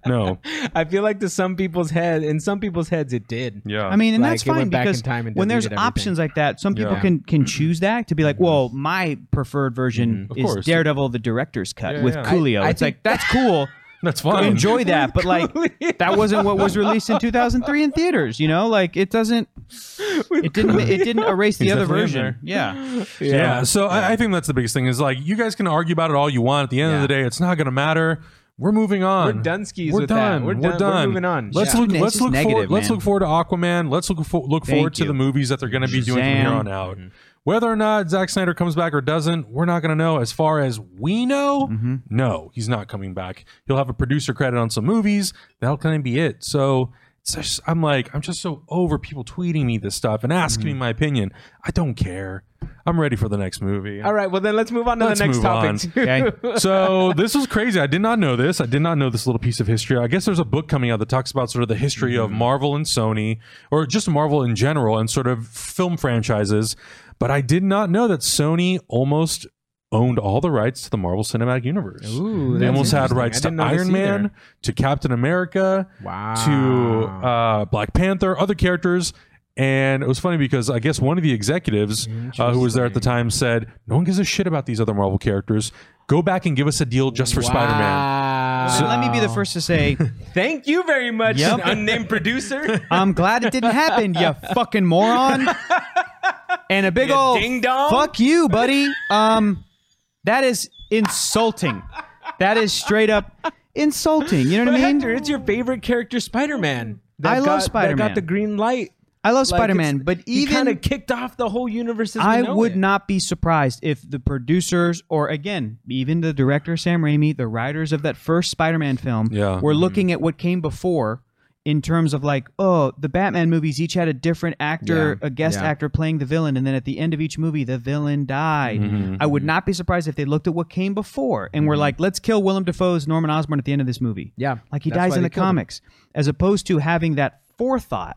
Speaker 1: No.
Speaker 2: I feel like to some people's head, in some people's heads, it did.
Speaker 1: Yeah.
Speaker 3: I mean, and
Speaker 2: Like,
Speaker 3: that's
Speaker 2: it went
Speaker 3: fine
Speaker 2: back
Speaker 3: because
Speaker 2: in time and
Speaker 3: when there's
Speaker 2: deleted everything.
Speaker 3: options like that, some people
Speaker 1: Yeah.
Speaker 3: can can choose that to be like, well, my preferred version
Speaker 1: Of
Speaker 3: is
Speaker 1: course.
Speaker 3: Daredevil, the director's cut
Speaker 1: Yeah,
Speaker 3: with
Speaker 1: yeah.
Speaker 3: Coolio.
Speaker 2: I- I
Speaker 3: it's
Speaker 2: think-
Speaker 3: like that's cool.
Speaker 1: that's
Speaker 3: I
Speaker 1: fine.
Speaker 3: enjoy that, but like that wasn't what was released in 2003 in theaters. You know, like it doesn't. It didn't. It didn't erase the
Speaker 1: He's
Speaker 3: other
Speaker 1: definitely in
Speaker 3: version.
Speaker 1: there.
Speaker 3: Yeah.
Speaker 1: Yeah. So I, I think that's the biggest thing is like you guys can argue about it all you want. At the end of the day, it's not going to matter. We're moving on.
Speaker 2: We're done skis
Speaker 1: We're
Speaker 2: with
Speaker 1: done.
Speaker 2: that.
Speaker 1: We're,
Speaker 2: We're
Speaker 1: done.
Speaker 2: done. We're moving on.
Speaker 1: Let's
Speaker 3: Yeah.
Speaker 1: look.
Speaker 3: It's
Speaker 1: Let's
Speaker 3: just
Speaker 1: look forward.
Speaker 3: negative,
Speaker 1: Let's
Speaker 3: man.
Speaker 1: look forward to Aquaman. Let's look for, look
Speaker 3: Thank
Speaker 1: forward to
Speaker 3: you.
Speaker 1: the movies that they're going to be doing from here
Speaker 3: Shazam.
Speaker 1: on out. Whether or not Zack Snyder comes back or doesn't, we're not going to know. As far as we know, no, he's not coming back. He'll have a producer credit on some movies. That'll kind of be it. So. It's just, I'm like, I'm just so over people tweeting me this stuff and asking me my opinion. I don't care. I'm ready for the next movie.
Speaker 2: All right. Well, then let's move on to
Speaker 1: Let's
Speaker 2: the next
Speaker 1: move on.
Speaker 2: topic. too.
Speaker 3: Okay.
Speaker 1: so this was crazy. I did not know this. I did not know this little piece of history. I guess there's a book coming out that talks about sort of the history of Marvel and Sony, or just Marvel in general, and sort of film franchises. But I did not know that Sony almost owned all the rights to the Marvel Cinematic Universe.
Speaker 2: Ooh,
Speaker 1: they
Speaker 2: that's
Speaker 1: almost had
Speaker 2: interesting.
Speaker 1: rights
Speaker 2: I
Speaker 1: to
Speaker 2: didn't know this
Speaker 1: Iron Man,
Speaker 2: either.
Speaker 1: to Captain America,
Speaker 2: Wow.
Speaker 1: to uh, Black Panther, other characters. And it was funny because I guess one of the executives uh, who was there at the time said, No one gives a shit about these other Marvel characters. Go back and give us a deal just for Spider Man.
Speaker 2: Wow.
Speaker 3: Uh, So let me be the first to say,
Speaker 2: Thank you very much,
Speaker 3: Yep.
Speaker 2: unnamed producer.
Speaker 3: I'm glad it didn't happen. You fucking moron. And a big old
Speaker 2: ding dong.
Speaker 3: Fuck you, buddy. Um, that is insulting. That is straight up insulting. You know
Speaker 2: But
Speaker 3: what I
Speaker 2: Hector,
Speaker 3: mean?
Speaker 2: it's your favorite character, Spider-Man. that
Speaker 3: I love
Speaker 2: got- that
Speaker 3: Spider-Man.
Speaker 2: Got the green light.
Speaker 3: I love
Speaker 2: Like,
Speaker 3: Spider-Man,
Speaker 2: it's-
Speaker 3: but
Speaker 2: he kind
Speaker 3: even
Speaker 2: of kicked off the whole universe. As we
Speaker 3: I
Speaker 2: know
Speaker 3: would
Speaker 2: it.
Speaker 3: not be surprised if the producers, or again, even the director Sam Raimi, the writers of that first Spider-Man film,
Speaker 1: Yeah.
Speaker 3: were looking at what came before in terms of like, oh, the Batman movies each had a different actor,
Speaker 2: Yeah,
Speaker 3: a guest
Speaker 2: yeah.
Speaker 3: actor playing the villain, and then at the end of each movie, the villain died. I would not be surprised if they looked at what came before and were like, let's kill Willem Dafoe's Norman Osborn at the end of this movie.
Speaker 2: Yeah,
Speaker 3: like he
Speaker 2: that's
Speaker 3: dies
Speaker 2: why
Speaker 3: in
Speaker 2: they
Speaker 3: the
Speaker 2: killed him.
Speaker 3: comics, as opposed to having that forethought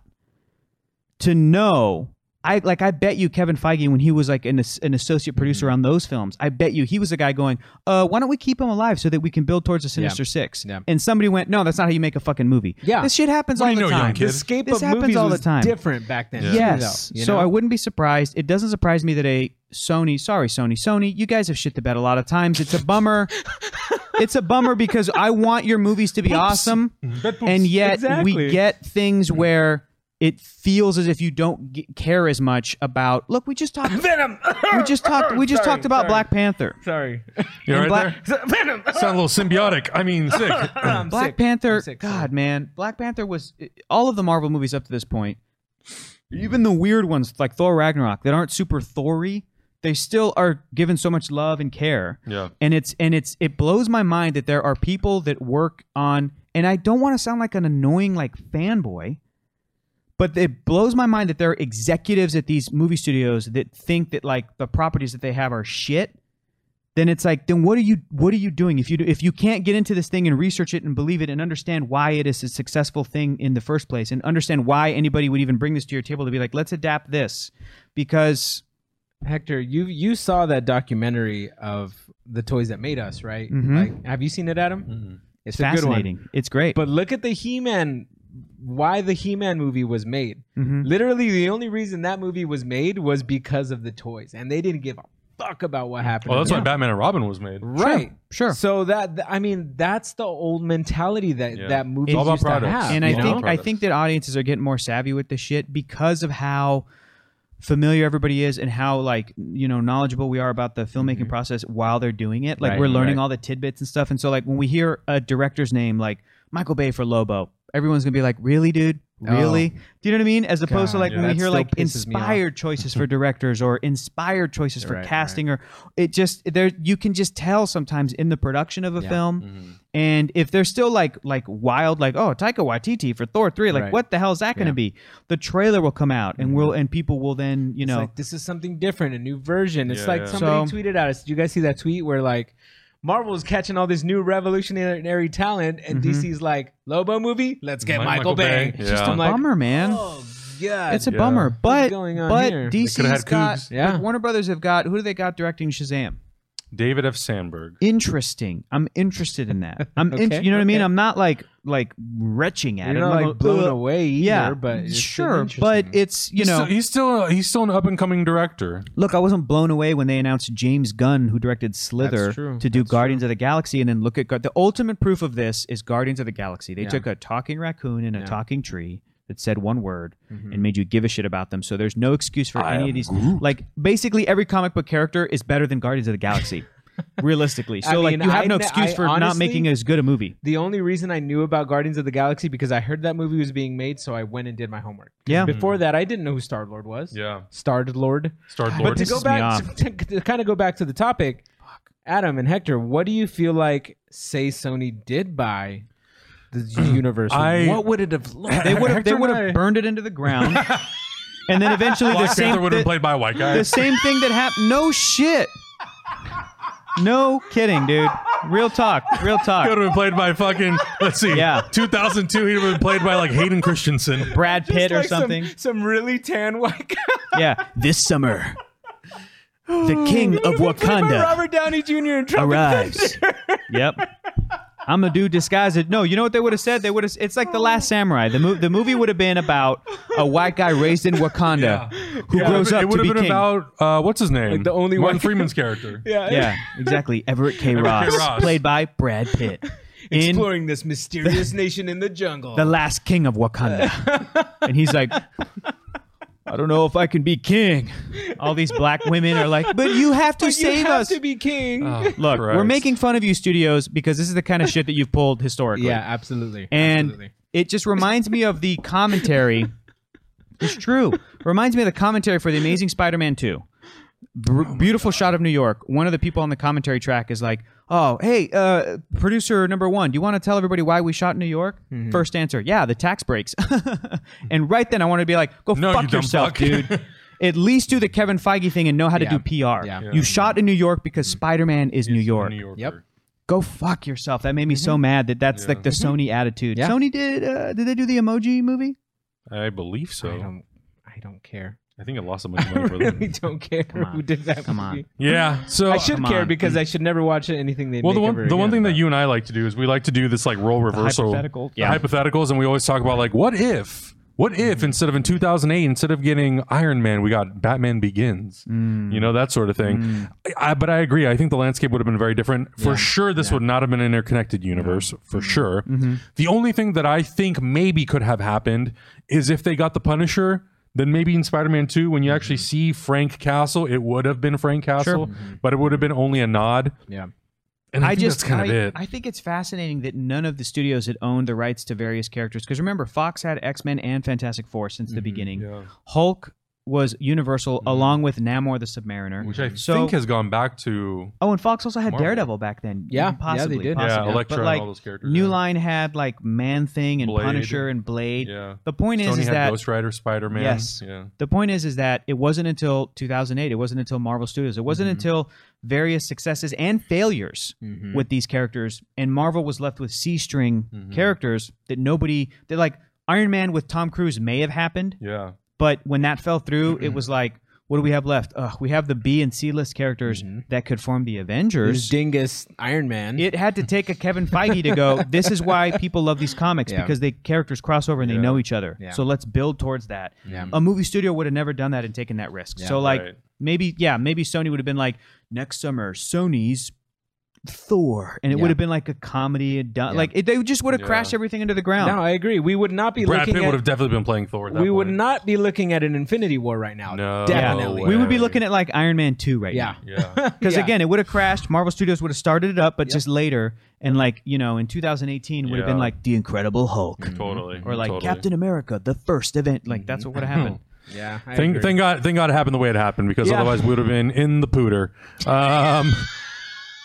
Speaker 3: to know I like I bet you Kevin Feige when he was like an, as- an associate producer on those films, I bet you he was the guy going, "Uh, why don't we keep him alive so that we can build towards the Sinister Six?
Speaker 2: Yeah.
Speaker 3: And somebody went, "No, that's not how you make a fucking movie."
Speaker 2: Yeah.
Speaker 3: this shit happens
Speaker 1: What do
Speaker 3: all
Speaker 1: you
Speaker 3: the
Speaker 1: know, young
Speaker 3: time.
Speaker 1: kid?
Speaker 2: The scape
Speaker 3: This
Speaker 2: of
Speaker 3: happens
Speaker 2: movies
Speaker 3: all the
Speaker 2: was
Speaker 3: time.
Speaker 2: different back then. too,
Speaker 3: Yes,
Speaker 2: though, you
Speaker 3: so
Speaker 2: know?
Speaker 3: I wouldn't be surprised. It doesn't surprise me that a Sony, sorry Sony, Sony, you guys have shit the bed a lot of times. It's a bummer. it's a bummer because I want your movies to be awesome and yet
Speaker 2: Exactly.
Speaker 3: we get things where it feels as if you don't g care as much about. Look, we just talked.
Speaker 2: Venom.
Speaker 3: we just talked. We just
Speaker 2: Sorry,
Speaker 3: talked about
Speaker 2: sorry.
Speaker 3: Black Panther.
Speaker 2: Sorry,
Speaker 1: You're right
Speaker 3: And Black-
Speaker 1: there.
Speaker 2: Venom.
Speaker 1: Sound a little symbiotic. I mean, sick.
Speaker 2: I'm
Speaker 3: Black
Speaker 2: sick.
Speaker 3: Panther.
Speaker 2: I'm sick,
Speaker 3: God,
Speaker 2: sorry.
Speaker 3: man, Black Panther was all of the Marvel movies up to this point. Even the weird ones like Thor Ragnarok that aren't super Thory, they still are given so much love and care.
Speaker 1: Yeah.
Speaker 3: and it's and it's it blows my mind that there are people that work on and I don't want to sound like an annoying like fanboy, but it blows my mind that there are executives at these movie studios that think that like the properties that they have are shit. Then it's like, then what are you what are you doing if you do, if you can't get into this thing and research it and believe it and understand why it is a successful thing in the first place and understand why anybody would even bring this to your table to be like, let's adapt this because
Speaker 2: Hector, you you saw that documentary of the toys that made us, right?
Speaker 3: Mhm.
Speaker 2: Like, have you seen it, Adam?
Speaker 1: Mm-hmm.
Speaker 2: It's a good one.
Speaker 3: fascinating. It's great.
Speaker 2: But look at the He-Man. Why the He-Man movie was made?
Speaker 3: Mhm.
Speaker 2: Literally, the only reason that movie was made was because of the toys, and they didn't give a fuck about what happened.
Speaker 1: Well,
Speaker 2: to
Speaker 1: that's
Speaker 2: them.
Speaker 1: why Batman and Robin was made.
Speaker 2: right?
Speaker 3: Sure.
Speaker 2: So that th- I mean, that's the old mentality that
Speaker 1: Yeah.
Speaker 2: that movies
Speaker 3: It's all
Speaker 1: about
Speaker 2: used to
Speaker 1: products.
Speaker 2: have.
Speaker 3: and I
Speaker 2: you know?
Speaker 3: think I
Speaker 1: products.
Speaker 3: think that audiences are getting more savvy with this shit because of how familiar everybody is and how like you know knowledgeable we are about the filmmaking process while they're doing it. Like
Speaker 2: Mm-hmm. Right,
Speaker 3: we're learning
Speaker 2: right.
Speaker 3: all the tidbits and stuff. And so like when we hear a director's name like Michael Bay for Lobo, everyone's gonna be like, "Really, dude? Really?" Do you know what I mean? As opposed to
Speaker 2: Oh. God,
Speaker 3: like
Speaker 2: yeah.
Speaker 3: when we
Speaker 2: that
Speaker 3: hear
Speaker 2: still
Speaker 3: like
Speaker 2: pisses me off.
Speaker 3: inspired choices for directors or inspired choices for
Speaker 2: Right, right.
Speaker 3: casting or it just there you can just tell sometimes in the production of a film
Speaker 2: Mm-hmm.
Speaker 3: and if they're still like like wild, like oh Taika Waititi for Thor three, like
Speaker 2: Right.
Speaker 3: what the hell is that going to
Speaker 2: Yeah.
Speaker 3: be?
Speaker 2: Mm-hmm.
Speaker 3: The trailer will come out, and we'll and people will then you
Speaker 2: It's
Speaker 3: know
Speaker 2: like this is something different, a new version. It's
Speaker 1: Yeah,
Speaker 2: like
Speaker 1: yeah.
Speaker 2: somebody
Speaker 3: So-
Speaker 2: tweeted at us. Did you guys see that tweet where like Marvel's catching all this new revolutionary talent, and
Speaker 3: Mm-hmm.
Speaker 2: DC's like Lobo movie? Let's get
Speaker 1: Mi-
Speaker 2: Michael,
Speaker 1: Michael Bay.
Speaker 2: Bay.
Speaker 1: It's just
Speaker 2: I'm
Speaker 1: a
Speaker 2: like,
Speaker 3: bummer, man.
Speaker 2: Oh god,
Speaker 3: it's a
Speaker 1: yeah.
Speaker 3: bummer, but
Speaker 2: going on
Speaker 3: but
Speaker 2: here? They
Speaker 3: DC's
Speaker 1: coulda had
Speaker 3: got
Speaker 1: Cougs.
Speaker 3: like,
Speaker 2: Yeah.
Speaker 3: Warner Brothers have got who do they got directing Shazam?
Speaker 1: David F. Sandberg.
Speaker 3: interesting. I'm interested in that. I'm, in,
Speaker 2: Okay,
Speaker 3: you know what I mean.
Speaker 2: okay.
Speaker 3: I'm not like like retching at
Speaker 2: You're
Speaker 3: it.
Speaker 2: not
Speaker 3: I'm
Speaker 2: like blown
Speaker 3: "Ugh."
Speaker 2: away either,
Speaker 3: Yeah,
Speaker 2: but it's still
Speaker 3: sure, but
Speaker 2: interesting.
Speaker 3: it's you
Speaker 1: he's still,
Speaker 3: know,
Speaker 1: he's still he's still an up and coming director.
Speaker 3: look, I wasn't blown away when they announced James Gunn, who directed Slither,
Speaker 2: That's true.
Speaker 3: to do Guardians of the Galaxy, and then look at Gu- the ultimate proof of this is Guardians of the Galaxy. They
Speaker 2: Yeah.
Speaker 3: took a talking raccoon and a
Speaker 2: Yeah.
Speaker 3: talking tree that said one word
Speaker 2: Mhm.
Speaker 3: and made you give a shit about them. So there's no excuse for
Speaker 1: I
Speaker 3: any
Speaker 1: am
Speaker 3: of these.
Speaker 1: Groot.
Speaker 3: Like basically, every comic book character is better than Guardians of the Galaxy. Realistically, so
Speaker 2: I
Speaker 3: like
Speaker 2: mean,
Speaker 3: you have
Speaker 2: I
Speaker 3: no
Speaker 2: kn-
Speaker 3: excuse
Speaker 2: I
Speaker 3: for not
Speaker 2: honestly-
Speaker 3: making as good a movie.
Speaker 2: the only reason I knew about Guardians of the Galaxy because I heard that movie was being made, so I went and did my homework. 'Cause
Speaker 3: Yeah.
Speaker 2: Before that, I didn't know who Star Lord was.
Speaker 1: Yeah,
Speaker 2: Star Lord.
Speaker 1: Star
Speaker 2: But
Speaker 1: Lord.
Speaker 2: to
Speaker 3: pisses
Speaker 2: go
Speaker 3: me
Speaker 2: back to, to kind of go back to the topic, Adam and Hector, what do you feel like say Sony did buy the universe?
Speaker 1: I-
Speaker 2: what would it have looked?
Speaker 3: They would have they
Speaker 1: Hector
Speaker 3: would
Speaker 1: and I-
Speaker 3: have burned it into the ground, and then eventually the
Speaker 1: Black
Speaker 3: same
Speaker 1: Panther would have
Speaker 3: the-
Speaker 1: been played by a white guy.
Speaker 3: the same thing that happened. No shit. No kidding, dude. Real talk. Real
Speaker 1: He would
Speaker 3: talk.
Speaker 1: have been played by fucking let's see,
Speaker 3: Yeah.
Speaker 1: 2002. He would have been played by like Hayden Christensen.
Speaker 3: Brad
Speaker 2: Just
Speaker 3: Pitt or
Speaker 2: like some-
Speaker 3: something.
Speaker 2: Some, really tan white guy.
Speaker 3: Yeah. This summer, the king of
Speaker 2: Played by
Speaker 3: Wakanda
Speaker 2: Robert Downey Jr. and Trump.
Speaker 3: arrives. Yep. I'm gonna do disguise it. No, you know what they would have said? They would have. It's like the Last Samurai. The, mo- the movie would have been about a white guy raised in Wakanda who
Speaker 1: Yeah.
Speaker 3: grows up
Speaker 1: it would
Speaker 3: to
Speaker 1: have
Speaker 3: be
Speaker 1: been
Speaker 3: king.
Speaker 1: about uh, what's his name?
Speaker 2: Like the only
Speaker 1: Martin
Speaker 2: white-
Speaker 1: Freeman's character.
Speaker 2: Yeah.
Speaker 3: yeah, exactly. Everett
Speaker 1: K.
Speaker 3: K. Ross,
Speaker 1: Ross.
Speaker 3: played by Brad Pitt. In
Speaker 2: Exploring this mysterious nation in the jungle.
Speaker 3: the last king of Wakanda. and he's like, I don't know if I can be king. All these black women are like, but you have to
Speaker 2: you
Speaker 3: save
Speaker 2: have
Speaker 3: us. Oh,
Speaker 2: to be king.
Speaker 3: Look, we're
Speaker 1: Christ.
Speaker 3: making fun of you, studios, because this is the kind of shit that you've pulled historically.
Speaker 2: yeah, absolutely.
Speaker 3: And
Speaker 2: absolutely.
Speaker 3: it just reminds me of the commentary. It's true. Reminds me of the commentary for The Amazing Spider Man 2. Br- beautiful shot of New York. One of the people on the commentary track is like, Oh, hey, uh, producer number one, do you want to tell everybody why we shot in New York? First answer, yeah, the tax breaks. and right then, I want to be like, Go
Speaker 1: No, you
Speaker 3: fuck
Speaker 1: dumb
Speaker 3: yourself,
Speaker 1: fuck.
Speaker 3: dude. At least do the Kevin Feige thing and know how to do
Speaker 2: Yeah.
Speaker 3: PR.
Speaker 2: Yeah.
Speaker 3: You shot in New York because Spider Man is New York
Speaker 1: New Yorker.
Speaker 2: Yep.
Speaker 3: go fuck yourself. That made me
Speaker 1: Mm-hmm.
Speaker 3: so mad that that's like the Sony attitude.
Speaker 2: Yeah.
Speaker 3: Sony did uh, did they do the emoji movie?
Speaker 1: I believe
Speaker 2: I
Speaker 1: so.
Speaker 2: don't. I don't care.
Speaker 1: I, think it lost some money
Speaker 2: I
Speaker 1: for
Speaker 2: really
Speaker 1: them.
Speaker 2: don't care
Speaker 3: on.
Speaker 2: who did that.
Speaker 3: Come on.
Speaker 2: movie.
Speaker 1: Yeah. So
Speaker 2: I should
Speaker 3: come
Speaker 2: care
Speaker 3: on. Mm.
Speaker 2: because I should never watch anything they
Speaker 1: well,
Speaker 2: make
Speaker 1: the
Speaker 2: ever
Speaker 1: one the one
Speaker 2: again,
Speaker 1: thing that
Speaker 2: but-
Speaker 1: you and I like to do is we like to do this like role reversal
Speaker 3: hypothetical.
Speaker 1: the
Speaker 3: Yeah.
Speaker 1: hypotheticals, and we always talk about like what if. What
Speaker 2: Mm.
Speaker 1: if instead of in 2008, instead of getting Iron Man, we got Batman Begins?
Speaker 2: Mm.
Speaker 1: You know, that sort of thing. I, I- but I agree. I think the landscape would have been very different. For sure, this would not have been an interconnected universe, for sure.
Speaker 2: Mm-hmm.
Speaker 1: The only thing that I think maybe could have happened is if they got the Punisher, then maybe in Spider Man 2, when you actually
Speaker 2: Mm-hmm.
Speaker 1: see Frank Castle, it would have been Frank Castle, but it would have been only a nod.
Speaker 2: Yeah.
Speaker 1: And I, think
Speaker 3: just
Speaker 1: that's kind
Speaker 3: I,
Speaker 1: of it.
Speaker 3: I think it's fascinating that none of the studios had owned the rights to various characters because remember Fox had X Men and Fantastic Four since the beginning.
Speaker 1: Mm-hmm. yeah. Mm-hmm.
Speaker 3: Hulk was Universal along with Namor the Submariner,
Speaker 1: Which I
Speaker 3: so,
Speaker 1: think has gone back to
Speaker 3: Oh, and Fox also had
Speaker 1: Mm-hmm. Marvel.
Speaker 3: Daredevil back then.
Speaker 2: Yeah, yeah, they
Speaker 3: possibly.
Speaker 2: did.
Speaker 3: possibly.
Speaker 1: yeah, Electra
Speaker 3: but like
Speaker 1: and all those characters.
Speaker 3: New
Speaker 1: yeah.
Speaker 3: Line had like Man Thing and
Speaker 1: Blade.
Speaker 3: Punisher and Blade.
Speaker 1: Yeah.
Speaker 3: The point
Speaker 1: Sony
Speaker 3: is, is
Speaker 1: had
Speaker 3: that
Speaker 1: Ghost Rider, Spider Man.
Speaker 3: Yes.
Speaker 1: Yeah.
Speaker 3: the point is is that it wasn't until 2008 it wasn't until marvel studios it
Speaker 2: Mm-hmm.
Speaker 3: wasn't until various successes and failures with these characters and marvel was left with c-string
Speaker 2: Mm-hmm.
Speaker 3: characters that nobody that like iron man with tom cruise may have happened
Speaker 1: Yeah.
Speaker 3: but when that fell through
Speaker 2: Mm-hmm.
Speaker 3: it was like what do we have left Ugh, we have the b and c list characters
Speaker 2: Mm-hmm.
Speaker 3: that could form the avengers
Speaker 2: There's Dingus Iron Man.
Speaker 3: it had to take a Kevin Feige to go. This is why people love these comics
Speaker 2: Yeah.
Speaker 3: because they characters cross over and they know each other.
Speaker 2: Yeah.
Speaker 3: So let's build towards that.
Speaker 2: Yeah.
Speaker 3: A movie studio would have never done that and taken that risk. so like
Speaker 1: right.
Speaker 3: maybe yeah, maybe Sony would have been like next summer Sony's Thor, and it
Speaker 2: Yeah.
Speaker 3: would have been like a comedy. And done, Like it, they just would have
Speaker 1: Yeah.
Speaker 3: crashed everything into the ground.
Speaker 2: no, I agree. We would not be
Speaker 1: Brad Pitt
Speaker 2: looking
Speaker 1: would have
Speaker 2: at.
Speaker 1: definitely been playing Thor. At that
Speaker 2: We would
Speaker 1: point.
Speaker 2: not be looking at an Infinity War right now.
Speaker 1: No
Speaker 2: definitely.
Speaker 1: way.
Speaker 3: we would be looking at like Iron Man two right
Speaker 2: Yeah.
Speaker 3: now.
Speaker 1: Yeah.
Speaker 3: Because
Speaker 2: Yeah.
Speaker 3: again, it would have crashed. Marvel Studios would have started it up, but just later, and like you know, in 2018, would have
Speaker 1: Yeah.
Speaker 3: been like the Incredible Hulk.
Speaker 1: totally.
Speaker 3: or
Speaker 1: totally.
Speaker 3: like
Speaker 1: Mm-hmm.
Speaker 3: Captain America, the first event. Like that's what would have happened.
Speaker 2: Yeah. I
Speaker 1: Thank,
Speaker 2: agree.
Speaker 1: thank God, thank God it happened the way it happened because
Speaker 2: Yeah.
Speaker 1: otherwise we would have been in the pooter. Um,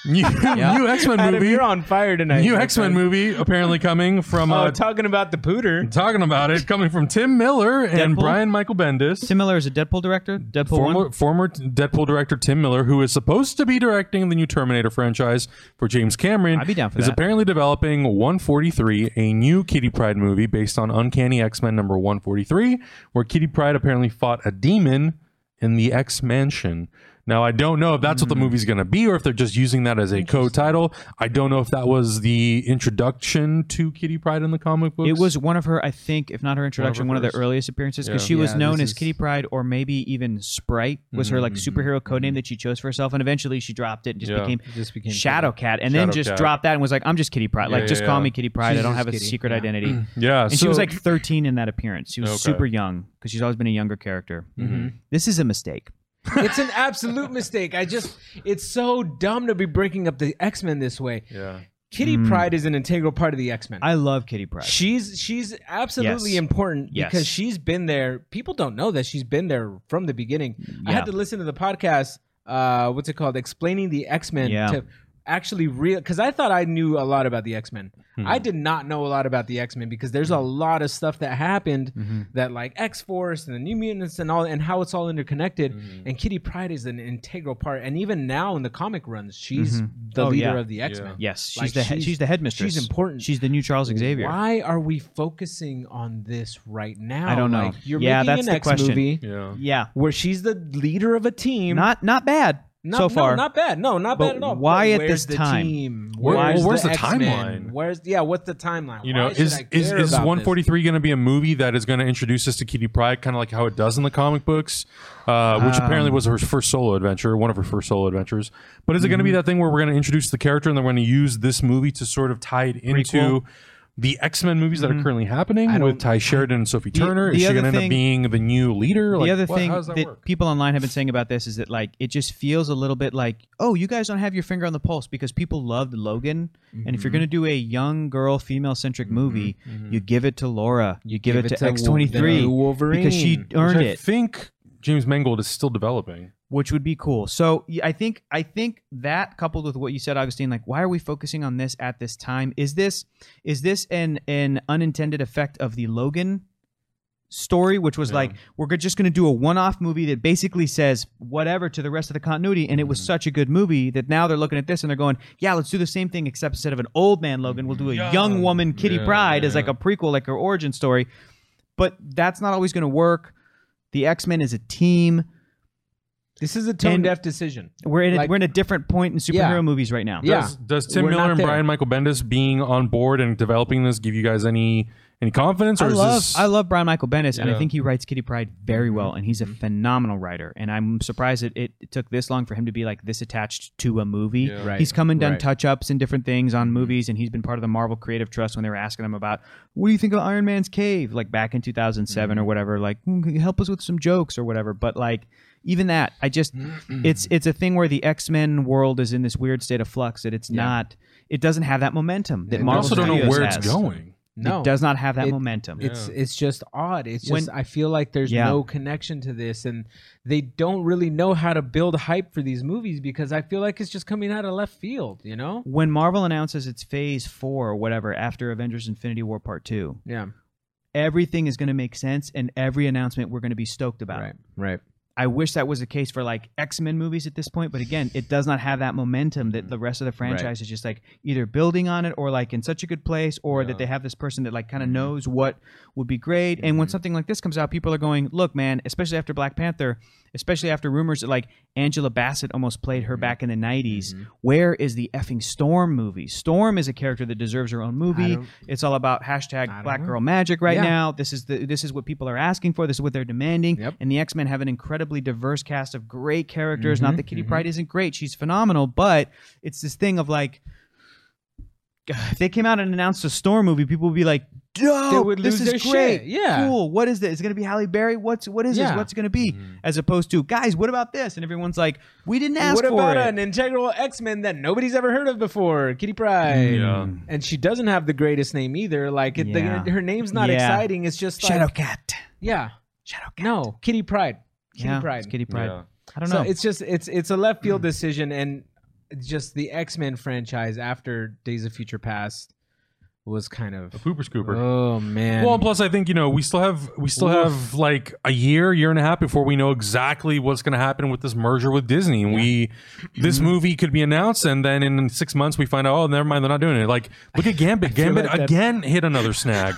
Speaker 1: new new X Men
Speaker 2: Adam,
Speaker 1: movie,
Speaker 2: you're on fire tonight.
Speaker 1: new
Speaker 2: my
Speaker 1: X Men
Speaker 2: friend.
Speaker 1: movie apparently coming from
Speaker 2: Oh,
Speaker 1: uh,
Speaker 2: talking about the pooter.
Speaker 1: talking about it coming from Tim Miller and
Speaker 3: Deadpool?
Speaker 1: Brian Michael Bendis.
Speaker 3: Tim Miller is a Deadpool director. Deadpool
Speaker 1: Former,
Speaker 3: one.
Speaker 1: former Deadpool director Tim Miller, who is supposed to be directing the new Terminator franchise for James Cameron,
Speaker 3: I'd be down for
Speaker 1: is
Speaker 3: that.
Speaker 1: apparently developing 143, a new Kitty Pride movie based on Uncanny X Men number 143, where Kitty Pride apparently fought a demon in the X Mansion. Now I don't know if that's what
Speaker 3: Hmm.
Speaker 1: the movie's going to be or if they're just using that as a co-title. I don't know if that was the introduction to Kitty Pride in the comic books.
Speaker 3: It was one of her, I think, if not her introduction, one of,
Speaker 1: first.
Speaker 3: the earliest appearances because
Speaker 1: Yeah.
Speaker 3: she was
Speaker 2: Yeah,
Speaker 3: known
Speaker 2: this
Speaker 3: as
Speaker 2: is- Mm-hmm.
Speaker 3: Kitty Pride or maybe even Sprite was her like superhero code name that she chose for herself, and eventually she dropped it and just
Speaker 1: Yeah.
Speaker 3: became.
Speaker 2: just became
Speaker 3: Shadow Cat, and then
Speaker 1: Shadow
Speaker 3: just
Speaker 1: Cat.
Speaker 3: dropped that and was like, "I'm just Kitty Pride.
Speaker 1: Yeah,
Speaker 3: Like,
Speaker 1: yeah,
Speaker 3: just call
Speaker 1: yeah.
Speaker 3: me Kitty Pride.
Speaker 2: She's
Speaker 3: I don't
Speaker 2: just
Speaker 3: have a
Speaker 2: Kitty,
Speaker 3: secret
Speaker 2: yeah. Mm-hmm.
Speaker 3: identity." and
Speaker 1: yeah, so,
Speaker 3: she was like 13 in that appearance. She was
Speaker 1: Okay.
Speaker 3: super young because she's always been a younger character.
Speaker 2: Mm-hmm.
Speaker 3: Mm-hmm. This is a mistake.
Speaker 2: it's an absolute mistake. I just it's so dumb to be breaking up the X Men this way.
Speaker 1: yeah,
Speaker 2: Kitty
Speaker 1: Mm.
Speaker 2: Pride is an integral part of the X Men.
Speaker 3: I love Kitty Pride.
Speaker 2: She's she's absolutely
Speaker 3: Yes.
Speaker 2: important
Speaker 3: Yes.
Speaker 2: because she's been there. People don't know that she's been there from the beginning. I
Speaker 3: Yeah.
Speaker 2: had to listen to the podcast. Uh, what's it called? Explaining the X Men
Speaker 3: Yeah.
Speaker 2: to actually real because I thought I knew a lot about the X Men.
Speaker 3: Hmm.
Speaker 2: I did not know a lot about the X Men because there's a lot of stuff that happened
Speaker 3: Mm-hmm.
Speaker 2: that like X Force and the New Mutants and all and how it's all interconnected.
Speaker 3: Mm-hmm.
Speaker 2: And Kitty Pride is an integral part. And even now in the comic runs, she's the
Speaker 3: Oh,
Speaker 2: leader
Speaker 3: yeah.
Speaker 2: of the X Men.
Speaker 3: Yes, she's
Speaker 2: Like,
Speaker 3: the head
Speaker 2: she's-
Speaker 3: she's the headmistress.
Speaker 2: she's important.
Speaker 3: She's the new Charles Xavier.
Speaker 2: Why are we focusing on this right now?
Speaker 3: I don't know.
Speaker 2: Like, you're
Speaker 3: Yeah,
Speaker 2: making
Speaker 3: that's
Speaker 2: an
Speaker 3: the
Speaker 2: X
Speaker 3: question.
Speaker 2: movie
Speaker 1: yeah.
Speaker 3: Yeah,
Speaker 2: where she's the leader of a team.
Speaker 3: not not bad
Speaker 2: Not-
Speaker 3: so
Speaker 2: no,
Speaker 3: far.
Speaker 2: not bad. No, not
Speaker 3: But
Speaker 2: bad at all.
Speaker 3: why
Speaker 2: But
Speaker 3: at
Speaker 2: where's
Speaker 3: this time?
Speaker 2: The team?
Speaker 1: Where-
Speaker 2: where's
Speaker 1: well, where's the
Speaker 2: X-Men?
Speaker 1: timeline?
Speaker 2: Where's yeah? What's the timeline?
Speaker 1: You
Speaker 2: Why
Speaker 1: know,
Speaker 2: should
Speaker 1: is
Speaker 2: I
Speaker 1: is,
Speaker 2: care
Speaker 1: is
Speaker 2: about this?
Speaker 1: 143 going to be a movie that is going to introduce us to Kitty Pride, kind of like how it does in the comic books, uh, which apparently
Speaker 3: Um.
Speaker 1: was her first solo adventure, one of her first solo adventures. But is it
Speaker 3: Mm-hmm.
Speaker 1: going to be that thing where we're going to introduce the character and then we're going to use this movie to sort of tie it into the X Men movies that are currently happening with Ty Sheridan and Sophie Turner?
Speaker 3: Mm-hmm. the
Speaker 1: is she
Speaker 3: other
Speaker 1: going to end up
Speaker 3: thing-
Speaker 1: being the new leader?
Speaker 3: the
Speaker 1: Like,
Speaker 3: other
Speaker 1: what-
Speaker 3: thing
Speaker 1: how does that,
Speaker 3: that
Speaker 1: work?
Speaker 3: people online have been saying about this is that like it just feels a little bit like oh you guys don't have your finger on the pulse because people loved Logan and if you're
Speaker 1: Mm-hmm.
Speaker 3: gonna do a young girl female centric movie you give it to Laura you give, it, to X twenty three
Speaker 2: Wolverine
Speaker 3: because she earned
Speaker 1: Which I
Speaker 3: it
Speaker 1: think James Mangold is still developing.
Speaker 3: which would be cool. So y- I think I think that coupled with what you said, Augustine, like why are we focusing on this at this time? Is this is this an an unintended effect of the Logan story, which was like we're go- just going to do a one off movie that basically says whatever to the rest of the continuity, and it
Speaker 1: Mm-hmm.
Speaker 3: was such a good movie that now they're looking at this and they're going, yeah, let's do the same thing except instead of an old man Logan, we'll do a young,
Speaker 1: Young.
Speaker 3: woman Kitty
Speaker 1: Yeah,
Speaker 3: Pride as
Speaker 1: yeah.
Speaker 3: like a prequel, like her origin story. But that's not always going to work. The X Men is a team
Speaker 2: This is a tone deaf decision.
Speaker 3: we're in a,
Speaker 2: Like-
Speaker 3: we're in a different point in superhero
Speaker 2: Yeah.
Speaker 3: movies right now.
Speaker 2: Yeah.
Speaker 1: Does, does Tim
Speaker 2: Ah. We're not
Speaker 1: Miller and
Speaker 2: there.
Speaker 1: Brian Michael Bendis being on board and developing this give you guys any any confidence? Or
Speaker 3: I
Speaker 1: is
Speaker 3: love
Speaker 1: this,
Speaker 3: I love Brian Michael Bendis,
Speaker 1: Yeah.
Speaker 3: and I
Speaker 1: Mm-hmm.
Speaker 3: think he writes Kitty Pride very well, and he's a phenomenal writer. And I'm surprised it, it took this long for him to be like this attached to a movie.
Speaker 1: Yeah. Mm-hmm.
Speaker 2: Right,
Speaker 3: he's come and done
Speaker 2: right.
Speaker 3: touch ups and different things on movies, and he's been part of the Marvel Creative Trust when they were asking him about what do you think of Iron Man's cave, like back in 2007
Speaker 1: Mm-hmm.
Speaker 3: or whatever. Like "Hmm, can you help us with some jokes or whatever. But like even that, I just
Speaker 1: Mm-hmm.
Speaker 3: it's it's a thing where the X Men world is in this weird state of flux that it's not. It doesn't have that momentum that
Speaker 2: I
Speaker 1: I
Speaker 3: Marvel
Speaker 1: also don't know
Speaker 3: Studios
Speaker 1: where it's
Speaker 3: has.
Speaker 1: going.
Speaker 2: No,
Speaker 3: It does not have that
Speaker 2: It-
Speaker 3: momentum.
Speaker 2: It's it's just odd. It's
Speaker 3: When-
Speaker 2: just I feel like there's
Speaker 3: Yeah.
Speaker 2: no connection to this, and they don't really know how to build hype for these movies because I feel like it's just coming out of left field. You know?
Speaker 3: when Marvel announces its Phase Four or whatever after Avengers: Infinity War Part Two,
Speaker 2: Yeah.
Speaker 3: everything is going to make sense, and every announcement we're going to be stoked about.
Speaker 2: Right. Right.
Speaker 3: I wish that was the case for like X Men movies at this point, but again, it does not have that momentum that the rest of the franchise is just like either building on it or like in such a good place, or that they have this person that like kind of knows what would be great. And when something like this comes out, people are going, "Look, man!" Especially after Black Panther, especially after rumors that like Angela Bassett almost played her back in the
Speaker 2: Mm-hmm.
Speaker 3: '90s. Where is the effing Storm movie? Storm is a character that deserves her own movie.
Speaker 2: don't-
Speaker 3: It's all about hashtag Black Girl Magic right
Speaker 2: Yeah.
Speaker 3: now. This is the this is what people are asking for. This is what they're demanding.
Speaker 2: Yep.
Speaker 3: And the X Men have an incredibly diverse cast of great characters.
Speaker 2: Mm-hmm,
Speaker 3: Not that Kitty Pride isn't great; she's phenomenal. But it's this thing of like, if they came out and announced a Storm movie, people would be like, "Dope!
Speaker 2: would
Speaker 3: this
Speaker 2: lose
Speaker 3: is
Speaker 2: their
Speaker 3: great!
Speaker 2: shit. Yeah.
Speaker 3: cool. What is this? It's gonna be Halle Berry. What's what is this?
Speaker 2: Yeah. Mm-hmm.
Speaker 3: What's it gonna be?" As opposed to, guys, what about this? And everyone's like, "We didn't ask
Speaker 2: what
Speaker 3: for
Speaker 2: about
Speaker 3: it."
Speaker 2: an integral X-Men that nobody's ever heard of before? Kitty Pryde.
Speaker 3: Mm.
Speaker 1: Yeah.
Speaker 2: And she doesn't have the greatest name either. Like it,
Speaker 3: Yeah.
Speaker 2: the, her name's not
Speaker 3: Yeah.
Speaker 2: exciting. It's just like,
Speaker 3: Shadow Cat.
Speaker 2: Yeah.
Speaker 3: Shadow Cat.
Speaker 2: No, Kitty Pride. Kitty
Speaker 3: yeah,
Speaker 2: Pride.
Speaker 3: It's Kitty Pride.
Speaker 1: Yeah.
Speaker 3: I don't
Speaker 2: so
Speaker 3: know. Mm.
Speaker 2: it's just it's it's a left field decision and just the X-Men franchise after Days of Future Past was kind of
Speaker 1: Pooper scooper.
Speaker 2: Oh man.
Speaker 1: well, and plus I think you know we still have we still have like a year, year and a half before we know exactly what's going to happen with this merger with Disney. And We
Speaker 3: Mm-hmm.
Speaker 1: this movie could be announced, and then in six months we find out. Oh, never mind, they're not doing it. Like look at Gambit. Gambit
Speaker 2: like that-
Speaker 1: again hit another snag.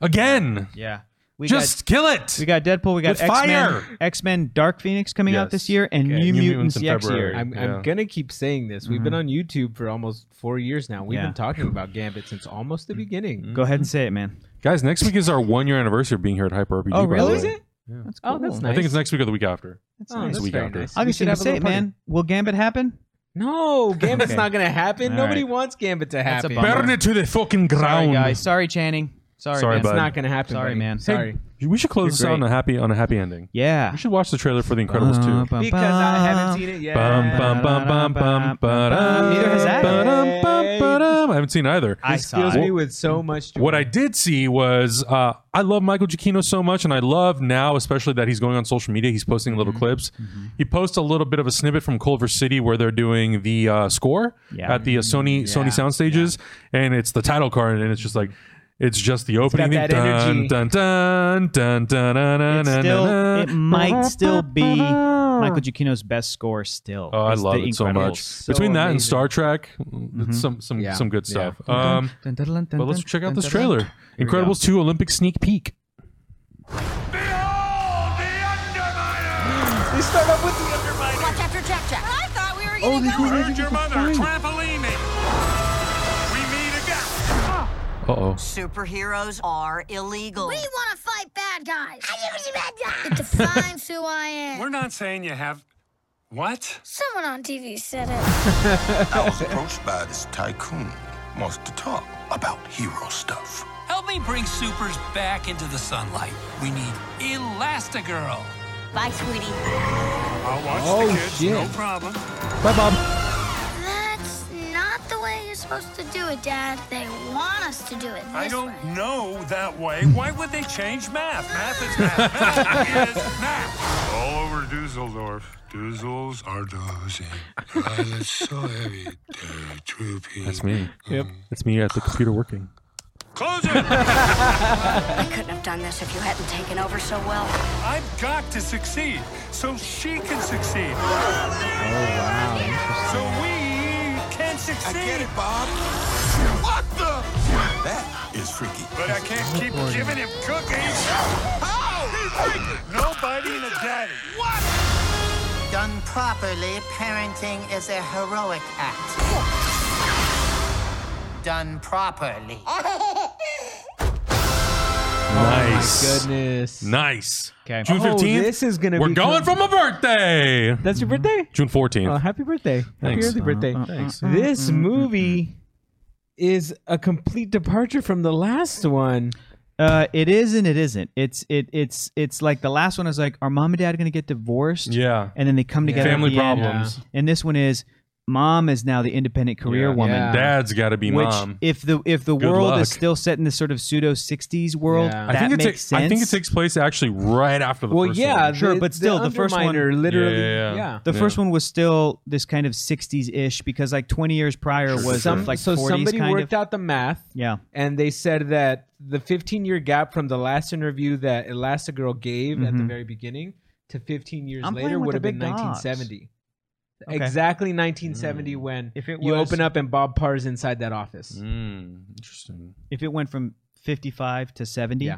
Speaker 1: Again,
Speaker 3: yeah. We
Speaker 1: Just kill
Speaker 3: got, we
Speaker 1: it.
Speaker 3: got Deadpool. We got
Speaker 1: With fire!
Speaker 3: X Men. X Men Dark Phoenix coming out
Speaker 1: Yes.
Speaker 3: this year, and
Speaker 2: Okay.
Speaker 3: New,
Speaker 1: New
Speaker 3: Mutants,
Speaker 1: Mutants in
Speaker 3: next
Speaker 1: February.
Speaker 3: year.
Speaker 2: I'm,
Speaker 1: Yeah. Mm-hmm.
Speaker 2: I'm gonna keep saying this. We've been on YouTube for almost four years now. We've
Speaker 3: Yeah.
Speaker 2: been talking about Gambit since almost the
Speaker 1: Mm-hmm.
Speaker 2: beginning.
Speaker 3: Go ahead and say it, man.
Speaker 1: Guys, next week is our one year anniversary of being here at Hyper RPG. by
Speaker 3: Oh,
Speaker 1: the
Speaker 3: really?
Speaker 1: way.
Speaker 2: Is it?
Speaker 1: Yeah.
Speaker 3: That's cool.
Speaker 2: Oh, that's
Speaker 1: I
Speaker 2: nice.
Speaker 1: think it's next week or the week after.
Speaker 3: That's
Speaker 2: Oh,
Speaker 3: nice.
Speaker 1: This
Speaker 2: that's
Speaker 1: week
Speaker 2: very
Speaker 1: after.
Speaker 2: nice.
Speaker 3: I
Speaker 2: We
Speaker 3: just
Speaker 2: should
Speaker 3: need to
Speaker 2: have a
Speaker 3: say
Speaker 2: little
Speaker 3: it,
Speaker 2: party.
Speaker 3: man. Will Gambit happen?
Speaker 2: No, Gambit's
Speaker 3: Okay.
Speaker 2: not gonna happen.
Speaker 3: All
Speaker 2: Nobody
Speaker 3: right.
Speaker 2: wants Gambit to
Speaker 3: That's a
Speaker 2: happen.
Speaker 3: bummer.
Speaker 2: It's
Speaker 1: Burn it to the fucking
Speaker 3: Sorry,
Speaker 1: ground.
Speaker 3: guys. Sorry, Channing. Sorry,
Speaker 1: Sorry,
Speaker 3: man.
Speaker 1: bud.
Speaker 2: not gonna happen.
Speaker 3: Sorry,
Speaker 2: buddy.
Speaker 3: man.
Speaker 2: Sorry.
Speaker 1: We should close this out on a happy on a happy ending.
Speaker 3: Yeah.
Speaker 1: We should watch the trailer for The Incredibles 2.
Speaker 3: Bum, bum,
Speaker 2: because I haven't
Speaker 3: bum.
Speaker 2: seen it yet.
Speaker 1: Bum, bum, bum, bum, bum, ba-dum,
Speaker 3: Neither has I.
Speaker 1: ba-dum, bum, ba-dum. I haven't seen either.
Speaker 3: I
Speaker 2: This
Speaker 3: saw
Speaker 2: fills
Speaker 3: it.
Speaker 2: me with so much joy.
Speaker 1: What I did see was uh, I love Michael Giacchino so much, and I love now, especially that he's going on social media. He's posting little
Speaker 3: Mm-hmm.
Speaker 1: clips. He posts a little bit of a snippet from Culver City where they're doing the uh, score
Speaker 3: Yeah.
Speaker 1: at the uh, Sony Sony sound stages, and it's the title card, and it's just like. It's just the opening.
Speaker 2: got that
Speaker 1: thing.
Speaker 2: energy.
Speaker 1: dun, dun, dun, dun, dun, dun, dun,
Speaker 3: It's
Speaker 1: dun,
Speaker 3: still,
Speaker 1: dun.
Speaker 3: it might still be Michael Giacchino's best score still.
Speaker 1: Oh, I
Speaker 3: It's
Speaker 1: love
Speaker 3: The
Speaker 1: it so much.
Speaker 3: Incredibles. Mm-hmm.
Speaker 1: Between that and
Speaker 2: amazing.
Speaker 1: Star Trek, it's some some
Speaker 2: Yeah.
Speaker 1: some good stuff.
Speaker 3: Dun,
Speaker 1: Um,
Speaker 3: dun, dun, dun, dun,
Speaker 1: but let's
Speaker 3: dun,
Speaker 1: check
Speaker 3: dun,
Speaker 1: out this
Speaker 3: dun,
Speaker 1: trailer.
Speaker 3: dun. Here we go.
Speaker 1: Incredibles two Olympic sneak peek.
Speaker 2: they start off with the underminer.
Speaker 4: Watch after Jack Jack. I thought we were
Speaker 3: Oh,
Speaker 4: gonna
Speaker 3: they
Speaker 4: go.
Speaker 3: do that.
Speaker 5: Heard your mother trampolining. We meet again.
Speaker 1: Uh oh.
Speaker 6: Superheroes are illegal.
Speaker 7: We want to fight bad guys. It defines who I am.
Speaker 5: We're not saying you have. What?
Speaker 7: Someone on TV said it.
Speaker 8: I was approached by this tycoon. Wants to talk about hero stuff.
Speaker 9: Help me bring supers back into the sunlight. We need Elastigirl.
Speaker 6: Bye, sweetie.
Speaker 5: I'll watch
Speaker 2: Oh,
Speaker 5: the kids.
Speaker 2: shit.
Speaker 5: No problem.
Speaker 2: Bye, Bob.
Speaker 7: That's not the way you're supposed to do it, Dad. They want us to do it this
Speaker 5: I don't
Speaker 7: way.
Speaker 5: know that way. Why would they change math? Math is math. Math is math. All over Dusseldorf. Doozles are dozing.
Speaker 8: It's so heavy, droopy.
Speaker 1: That's me. Yep. It's me at the computer working.
Speaker 5: Close it!
Speaker 6: I couldn't have done this if you hadn't taken over so well.
Speaker 5: I've got to succeed so she can succeed.
Speaker 2: Oh,
Speaker 5: So we can
Speaker 8: I
Speaker 5: succeed.
Speaker 8: get it, Bob. What the? That is freaky.
Speaker 5: But I can't keep giving him cookies. No biting a daddy.
Speaker 10: Done properly, parenting is a heroic act. Done properly.
Speaker 1: Nice.
Speaker 2: Oh Goodness.
Speaker 1: Nice.
Speaker 3: Okay.
Speaker 1: June
Speaker 2: Oh,
Speaker 1: fifteenth.
Speaker 2: this is gonna
Speaker 1: We're
Speaker 2: be
Speaker 1: going
Speaker 2: cool.
Speaker 1: from a birthday.
Speaker 2: That's your birthday?
Speaker 1: June fourteenth.
Speaker 2: Oh, happy birthday.
Speaker 1: Thanks.
Speaker 3: Uh-huh.
Speaker 2: Happy early birthday. Thanks. This
Speaker 3: Mm-hmm.
Speaker 2: movie is a complete departure from the last one.
Speaker 3: Uh, it is and it isn't. It's it it's it's like the last one is like, are mom and dad going to get divorced?
Speaker 1: yeah.
Speaker 3: And then they come together. at
Speaker 1: Family
Speaker 3: the end.
Speaker 1: problems.
Speaker 3: And this one is, mom is now the independent career
Speaker 1: Yeah.
Speaker 3: woman.
Speaker 2: Yeah.
Speaker 1: Dad's got to be
Speaker 3: Which,
Speaker 1: mom.
Speaker 3: if the if the
Speaker 1: Good
Speaker 3: world is
Speaker 1: luck.
Speaker 3: still set in this sort of pseudo '60s world,
Speaker 2: Yeah.
Speaker 3: that
Speaker 1: I think it
Speaker 3: makes
Speaker 1: takes.
Speaker 3: sense.
Speaker 1: I think it takes place actually right after the
Speaker 2: Well,
Speaker 1: first
Speaker 2: yeah,
Speaker 1: one.
Speaker 3: Sure, but still, the first one-
Speaker 2: Underminer literally,
Speaker 1: Yeah, yeah,
Speaker 2: yeah.
Speaker 1: yeah.
Speaker 3: The
Speaker 1: Yeah.
Speaker 3: first one was still this kind of 60s ish because like 20 years prior was
Speaker 2: Some-
Speaker 3: like
Speaker 2: so
Speaker 3: 40s
Speaker 2: somebody
Speaker 3: kind
Speaker 2: worked
Speaker 3: of.
Speaker 2: out the math,
Speaker 3: Yeah.
Speaker 2: and they said that the 15 year gap from the last interview that Elastigirl gave at the
Speaker 3: Mm-hmm.
Speaker 2: very beginning to 15 years
Speaker 3: I'm playing
Speaker 2: later
Speaker 3: with
Speaker 2: would
Speaker 3: the
Speaker 2: have been
Speaker 3: big dogs.
Speaker 2: 1970.
Speaker 3: Okay.
Speaker 2: Exactly 1970 when
Speaker 3: If it
Speaker 2: you
Speaker 3: was-
Speaker 2: open up and Bob Parr's inside that office.
Speaker 1: Mm, interesting.
Speaker 3: If it went from 55 to 70.
Speaker 2: Yeah.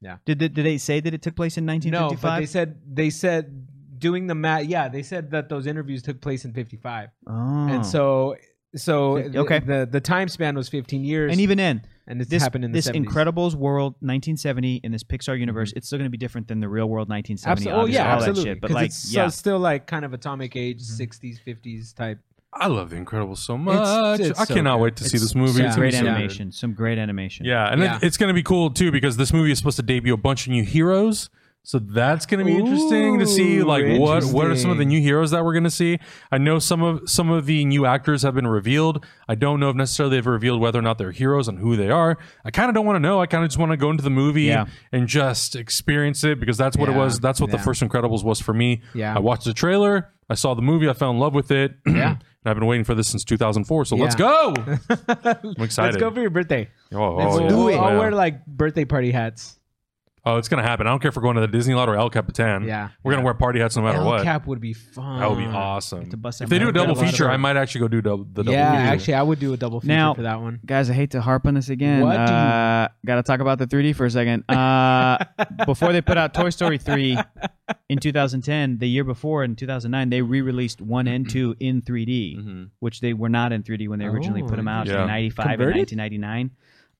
Speaker 2: Yeah.
Speaker 3: Did they, did they say that it took place in
Speaker 2: No,
Speaker 3: 1955?
Speaker 2: but they said they said doing the math. Yeah, they said that those interviews took place in '55,
Speaker 3: oh.
Speaker 2: and so so
Speaker 3: Fif-
Speaker 2: the-
Speaker 3: okay.
Speaker 2: the the time span was 15 years,
Speaker 3: and even then,
Speaker 2: and this,
Speaker 3: this
Speaker 2: happened in the
Speaker 3: this
Speaker 2: 70s.
Speaker 3: Incredibles world 1970 in this Pixar universe, it's still going to be different than the real world 1970.
Speaker 2: Absolutely, oh yeah,
Speaker 3: obviously, all
Speaker 2: absolutely.
Speaker 3: That shit, but
Speaker 2: 'Cause
Speaker 3: like,
Speaker 2: it's so-
Speaker 3: yeah, Mm-hmm.
Speaker 2: still like kind of atomic age, 60s, 50s type.
Speaker 1: I love The Incredibles so much.
Speaker 2: it's
Speaker 1: I
Speaker 2: so
Speaker 1: cannot
Speaker 2: good.
Speaker 1: wait to see
Speaker 3: It's
Speaker 1: this movie.
Speaker 3: Some
Speaker 1: It's gonna
Speaker 3: great
Speaker 1: be so good.
Speaker 3: animation. Some great animation.
Speaker 1: Yeah, and
Speaker 2: Yeah.
Speaker 1: It, it's going to be cool too because this movie is supposed to debut a bunch of new heroes. So that's going to be interesting to see
Speaker 2: Ooh,
Speaker 1: like what what are some of the
Speaker 2: interesting.
Speaker 1: new heroes that we're going to see? I know some of some of the new actors have been revealed. I don't know if necessarily they've revealed whether or not they're heroes and who they are. I kind of don't want to know. I kind of just want to go into the movie
Speaker 3: Yeah.
Speaker 1: and just experience it because that's what it
Speaker 2: Yeah,
Speaker 1: was. That's what the
Speaker 2: yeah.
Speaker 1: first Incredibles was for me.
Speaker 2: Yeah.
Speaker 1: I watched the trailer, I saw the movie, I fell in love with it.
Speaker 2: Yeah.
Speaker 1: And I've been waiting for this since 2004, so let's
Speaker 2: Yeah.
Speaker 1: go. I'm
Speaker 2: Let's
Speaker 1: excited.
Speaker 2: go for your birthday.
Speaker 1: Oh,
Speaker 2: Let's
Speaker 1: oh, yeah.
Speaker 2: do it.
Speaker 1: Oh,
Speaker 2: I'll
Speaker 1: yeah.
Speaker 2: wear like birthday party hats.
Speaker 1: Oh, it's gonna happen. I don't care if we're going to the Disney lot or El Capitan.
Speaker 2: Yeah.
Speaker 1: we're gonna wear party hats no matter
Speaker 2: El
Speaker 1: what.
Speaker 2: Cap would be fun.
Speaker 1: that would be awesome.
Speaker 3: to bust
Speaker 1: If
Speaker 3: that
Speaker 1: they do a
Speaker 3: mouth.
Speaker 1: double
Speaker 2: Get a lot of
Speaker 1: feature, I
Speaker 2: work.
Speaker 1: might actually go do double, the double
Speaker 2: yeah,
Speaker 1: feature.
Speaker 2: actually, I would do a double feature
Speaker 3: Now-
Speaker 2: for that one.
Speaker 3: Guys, I hate to harp on this again.
Speaker 2: What do you-
Speaker 3: Uh, gotta talk about the 3D for a second. Uh, before they put out Toy Story 3 in 2010, the year before in 2009, they re-released one and two in 3D, which they were not in 3D when they originally
Speaker 2: Mm-hmm. Oh,
Speaker 3: put them out
Speaker 1: Yeah.
Speaker 3: in 95
Speaker 2: Converted?
Speaker 3: and 1999.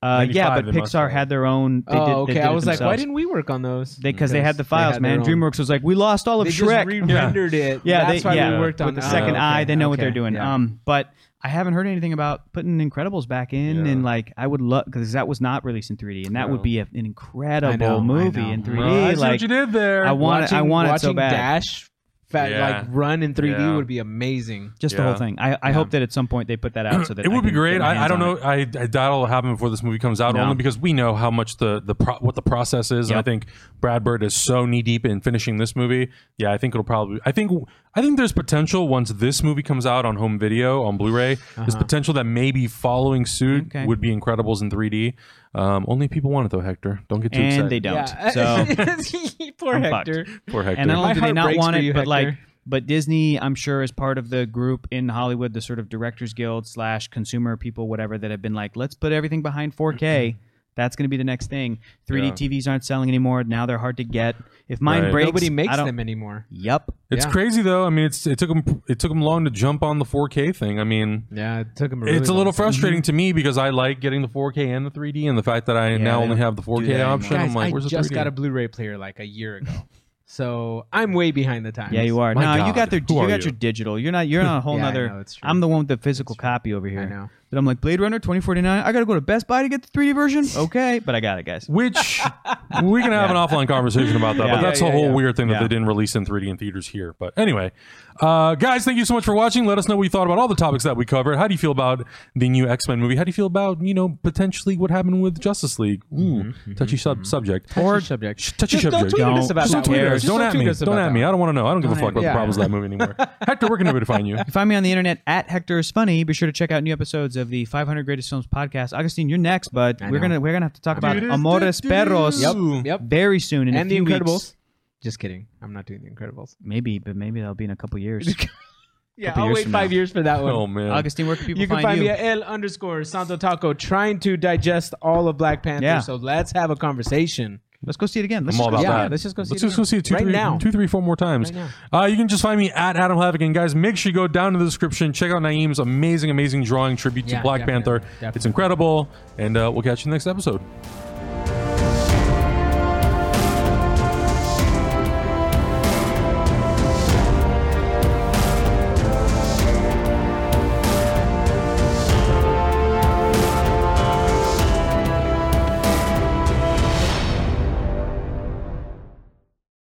Speaker 3: Uh, yeah,
Speaker 1: 95
Speaker 3: but
Speaker 1: they must
Speaker 3: Pixar
Speaker 1: have.
Speaker 3: had their own. They did,
Speaker 2: oh,
Speaker 3: they
Speaker 2: okay.
Speaker 3: did
Speaker 2: I
Speaker 3: it
Speaker 2: was like, why
Speaker 3: themselves.
Speaker 2: didn't we work on those?
Speaker 3: Because they, had the
Speaker 2: Because they
Speaker 3: files,
Speaker 2: had
Speaker 3: man.
Speaker 2: their own-
Speaker 3: DreamWorks was like, we lost all of
Speaker 2: They
Speaker 3: Shrek.
Speaker 2: just re-rendered it.
Speaker 3: Yeah,
Speaker 2: that's
Speaker 3: they,
Speaker 2: why
Speaker 3: yeah,
Speaker 2: we worked on
Speaker 3: with the
Speaker 2: that. Oh,
Speaker 3: second
Speaker 2: Okay,
Speaker 3: eye. They know what
Speaker 2: okay,
Speaker 3: they're doing.
Speaker 2: yeah.
Speaker 3: Um, but I haven't heard anything about putting Incredibles back in,
Speaker 1: Yeah.
Speaker 3: and like I would love because that was not released in 3D, and that
Speaker 1: No.
Speaker 3: would be a- an incredible
Speaker 2: I know, I
Speaker 3: movie
Speaker 2: know.
Speaker 3: in 3D.
Speaker 1: Well, I see
Speaker 3: like
Speaker 1: what you did there.
Speaker 3: I want it. I
Speaker 2: Watching-
Speaker 3: want it so
Speaker 2: watching
Speaker 3: bad.
Speaker 2: Dash, fat,
Speaker 1: Yeah.
Speaker 2: like run in 3D
Speaker 1: Yeah.
Speaker 2: would be amazing.
Speaker 3: Just the
Speaker 1: Yeah.
Speaker 3: whole thing. I, I hope that at some point they put that out so that
Speaker 1: it
Speaker 3: I
Speaker 1: would be
Speaker 3: can get
Speaker 1: great.
Speaker 3: my
Speaker 1: I, I
Speaker 3: hands
Speaker 1: don't
Speaker 3: on it.
Speaker 1: know. I, I doubt it'll happen before this movie comes out,
Speaker 3: No.
Speaker 1: only because we know how much the the pro, what the process is. And I
Speaker 3: Yep.
Speaker 1: think Brad Bird is so knee deep in finishing this movie. Yeah, I think it'll probably. I think I think there's potential once this movie comes out on home video on Blu-ray. There's potential that maybe following suit
Speaker 3: Uh-huh. Okay.
Speaker 1: would be Incredibles in 3D. Um, only if people want it though, Hector. Don't get too
Speaker 3: And
Speaker 1: excited.
Speaker 3: they don't. So
Speaker 2: So poor
Speaker 3: I'm fucked.
Speaker 2: Hector.
Speaker 1: Poor Hector.
Speaker 3: And not only
Speaker 2: My
Speaker 3: do they
Speaker 2: heart
Speaker 3: not
Speaker 2: breaks
Speaker 3: want
Speaker 2: for
Speaker 3: it,
Speaker 2: you,
Speaker 3: but like,
Speaker 2: Hector.
Speaker 3: but Disney, I'm sure, is part of the group in Hollywood, the sort of Directors Guild slash consumer people, whatever, that have been like, let's put everything behind 4K. That's going to be the next thing. 3D
Speaker 1: Yeah.
Speaker 3: TVs aren't selling anymore. Now they're hard to get. If mine
Speaker 1: Right.
Speaker 3: breaks,
Speaker 2: Nobody
Speaker 3: I
Speaker 2: makes
Speaker 3: don't-
Speaker 2: them anymore.
Speaker 3: Yep.
Speaker 1: it's
Speaker 2: yeah.
Speaker 1: crazy though. I mean, it's it took them it took them long to jump on the 4K thing. I mean,
Speaker 2: Yeah, it took him.
Speaker 1: it's a little frustrating to me because I like getting the 4K and the 3D, and the fact that I now
Speaker 3: they
Speaker 1: only
Speaker 3: don't
Speaker 1: have the 4K option,
Speaker 2: Guys,
Speaker 1: I'm like,
Speaker 2: I
Speaker 1: where's the
Speaker 2: just
Speaker 1: 3D?
Speaker 2: got a Blu-ray player like a year ago, so I'm way behind the times.
Speaker 3: Yeah, you are.
Speaker 1: My
Speaker 3: no, you
Speaker 1: God.
Speaker 3: got their,
Speaker 1: Who
Speaker 3: you
Speaker 1: are
Speaker 3: got
Speaker 1: you?
Speaker 3: your digital. You're not. You're on a whole
Speaker 2: Yeah, I
Speaker 3: nother.
Speaker 2: know, it's true.
Speaker 3: I'm the one with the physical copy over here.
Speaker 2: know.
Speaker 3: But I'm like Blade Runner 2049. I got to go to Best Buy to get the 3D version. Okay, but I got it, guys.
Speaker 1: Which we can have an offline conversation about that, but
Speaker 3: Yeah.
Speaker 1: that's
Speaker 2: Yeah,
Speaker 1: a
Speaker 2: yeah,
Speaker 1: whole
Speaker 2: yeah.
Speaker 1: weird thing that
Speaker 3: Yeah.
Speaker 1: they didn't release in 3D in theaters here. But anyway, uh, guys, thank you so much for watching. Let us know what you thought about all the topics that we covered. How do you feel about the new X Men movie? How do you feel about you know potentially what happened with Justice League?
Speaker 2: Mm-hmm,
Speaker 1: Ooh, touchy sub- subject.
Speaker 2: Or subject.
Speaker 1: Touchy
Speaker 2: Just don't
Speaker 1: subject.
Speaker 2: tweet at us
Speaker 3: Don't-
Speaker 2: about
Speaker 1: Just don't
Speaker 2: that.
Speaker 1: tweet
Speaker 2: one.
Speaker 1: at us.
Speaker 2: Just
Speaker 1: Don't at
Speaker 2: tweet
Speaker 1: me.
Speaker 2: us
Speaker 1: Don't
Speaker 2: about
Speaker 1: at
Speaker 2: that
Speaker 1: me. I
Speaker 2: one.
Speaker 1: don't want to know. I don't give a fuck about the
Speaker 2: yeah.
Speaker 1: problems of that movie anymore. Hector, where can nobody find you?
Speaker 3: Find me on the internet at Hector is funny. Be sure to check out new episodes of the 500 Greatest Films podcast. Augustine, you're next, but we're
Speaker 2: know.
Speaker 3: gonna we're gonna have to talk about Amores Perros
Speaker 1: Yep.
Speaker 2: Yep.
Speaker 3: very soon in a
Speaker 2: And the
Speaker 3: few
Speaker 2: Incredibles.
Speaker 3: weeks.
Speaker 2: Just kidding. I'm not doing the Incredibles.
Speaker 3: Maybe, but maybe that'll be in a couple years.
Speaker 2: Yeah,
Speaker 3: Couple
Speaker 2: I'll
Speaker 3: years
Speaker 2: wait
Speaker 3: from
Speaker 2: five
Speaker 3: now.
Speaker 2: years for that one.
Speaker 1: Oh man.
Speaker 3: Augustine, where can people
Speaker 2: you can
Speaker 3: find,
Speaker 2: find,
Speaker 3: you?
Speaker 2: me at L underscore Santo Taco trying to digest all of Black Panther.
Speaker 3: Yeah.
Speaker 2: So let's have a conversation.
Speaker 3: Let's go see it again. Let's
Speaker 1: I'm all
Speaker 3: just go
Speaker 1: about
Speaker 3: see it
Speaker 1: that.
Speaker 3: again.
Speaker 2: Yeah, let's just go see
Speaker 1: let's
Speaker 2: it
Speaker 1: just go
Speaker 2: again.
Speaker 1: see it two,
Speaker 2: Right
Speaker 1: three-
Speaker 2: now.
Speaker 1: two, three, four more times.
Speaker 2: Right
Speaker 1: uh, you can just find me at Adam Havoc. And guys, make sure you go down to the description, check out Naeem's amazing, amazing drawing tribute
Speaker 2: Yeah,
Speaker 1: to Black
Speaker 2: definitely,
Speaker 1: Panther.
Speaker 2: definitely.
Speaker 1: It's incredible. And uh, we'll catch you next episode.